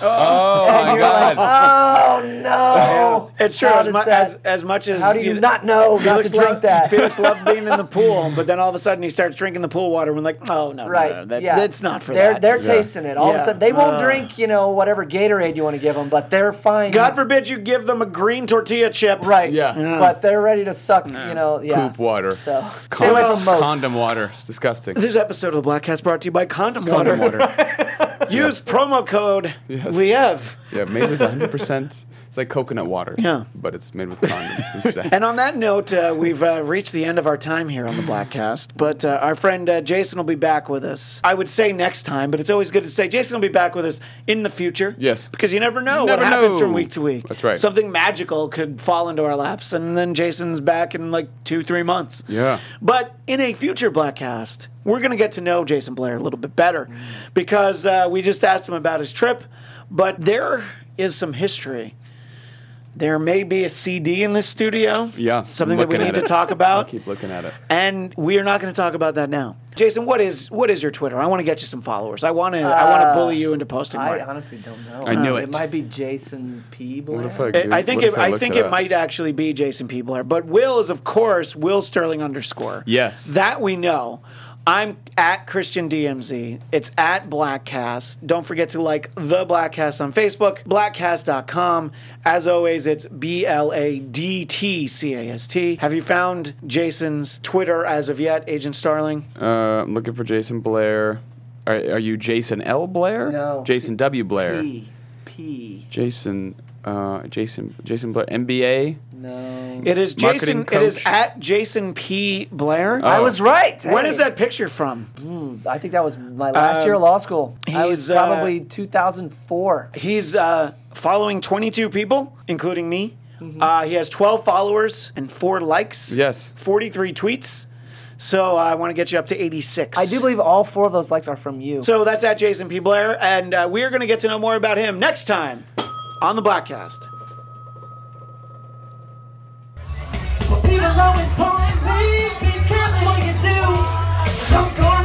Oh, my
"You're like,
God.
oh no!"
It's true.
Oh, How
As,
does
mu-
that-
as, as much as
how do you not know not to
lo-
drink that?
Felix loved being in the pool, but then all of a sudden he starts drinking the pool water. and We're like, oh no, no,
Right.
no, that,
yeah.
that's not for
they're,
that.
They're
Yeah.
tasting it. All of a
Yeah.
sudden, they won't
Ugh.
drink, you know, whatever Gatorade you want to give them, but they're fine.
God forbid you give them a green tortilla chip.
Right.
Yeah. Yeah.
But they're ready to suck, you know, "Oh, yeah.
Poop water.
So, stay
Condom,
away from moats.
condom water. It's disgusting.
This episode of the Black Cast brought to you by Condom,
Condom
Water.
water.
Use promo code
Yes.
Liev.
yeah, made with 100%. It's like coconut water.
Yeah.
But it's made with condoms instead.
And on that note, uh, we've uh, reached the end of our time here on the Blackcast. But uh, our friend uh, Jason will be back with us. I would say next time, but it's always good to say Jason will be back with us in the future.
Yes.
because you never know
You
what
never
happens
know.
from week to week.
That's right.
Something magical could fall into our laps, and then Jason's back in like two, three months.
Yeah.
But in a future Blackcast, we're going to get to know Jason Blair a little bit better because uh, we just asked him about his trip, but there is some history. There may be a CD in this studio.
Yeah,
Something
I'm
that we
looking
need
at
to
it.
talk
I
about.
keep looking at it.
And we are not going to talk about that now. Jason, what is what is your Twitter? I want to get you some followers. I want to I want to bully you into posting more.
I
I,
honestly don't know.
I knew
It
it.
might be Jason P. Blair.
What if I,
I think
what if
it, I
looked
think
it
it
up?
might actually be Jason P. Blair, but Will is of course Will Sterling underscore.
Yes.
that we know. I'm at Christian DMZ. It's at Blackcast. Don't forget to like the Blackcast on Facebook, blackcast.com. As always, it's B L A D T C A S T. Have you found Jason's Twitter as of yet, Agent Starling?
Uh, I'm looking for Jason Blair. Are, are you Jason L. Blair?
No.
Jason W. Blair.
P. P.
Jason. Uh, Jason. Jason Blair. MBA.
No.
It is Jason.
Marketing
It is
coach. Oh.
at Jason P. Blair.
I was right.
When
hey.
is that picture from?
I think that was my last
Um,
year of law school. I was
he's, uh,
probably 2004.
He's uh, following 22 people, including me.
Mm-hmm.
Uh, he has 12 followers and four likes.
Yes.
43 tweets. So uh, I want to get you up to 86.
I do believe all four of those likes are from you.
So that's at Jason P. Blair, and uh, we are going to get to know more about him next time on the Blackcast.
Even though it's torn, we become what you do. Don't go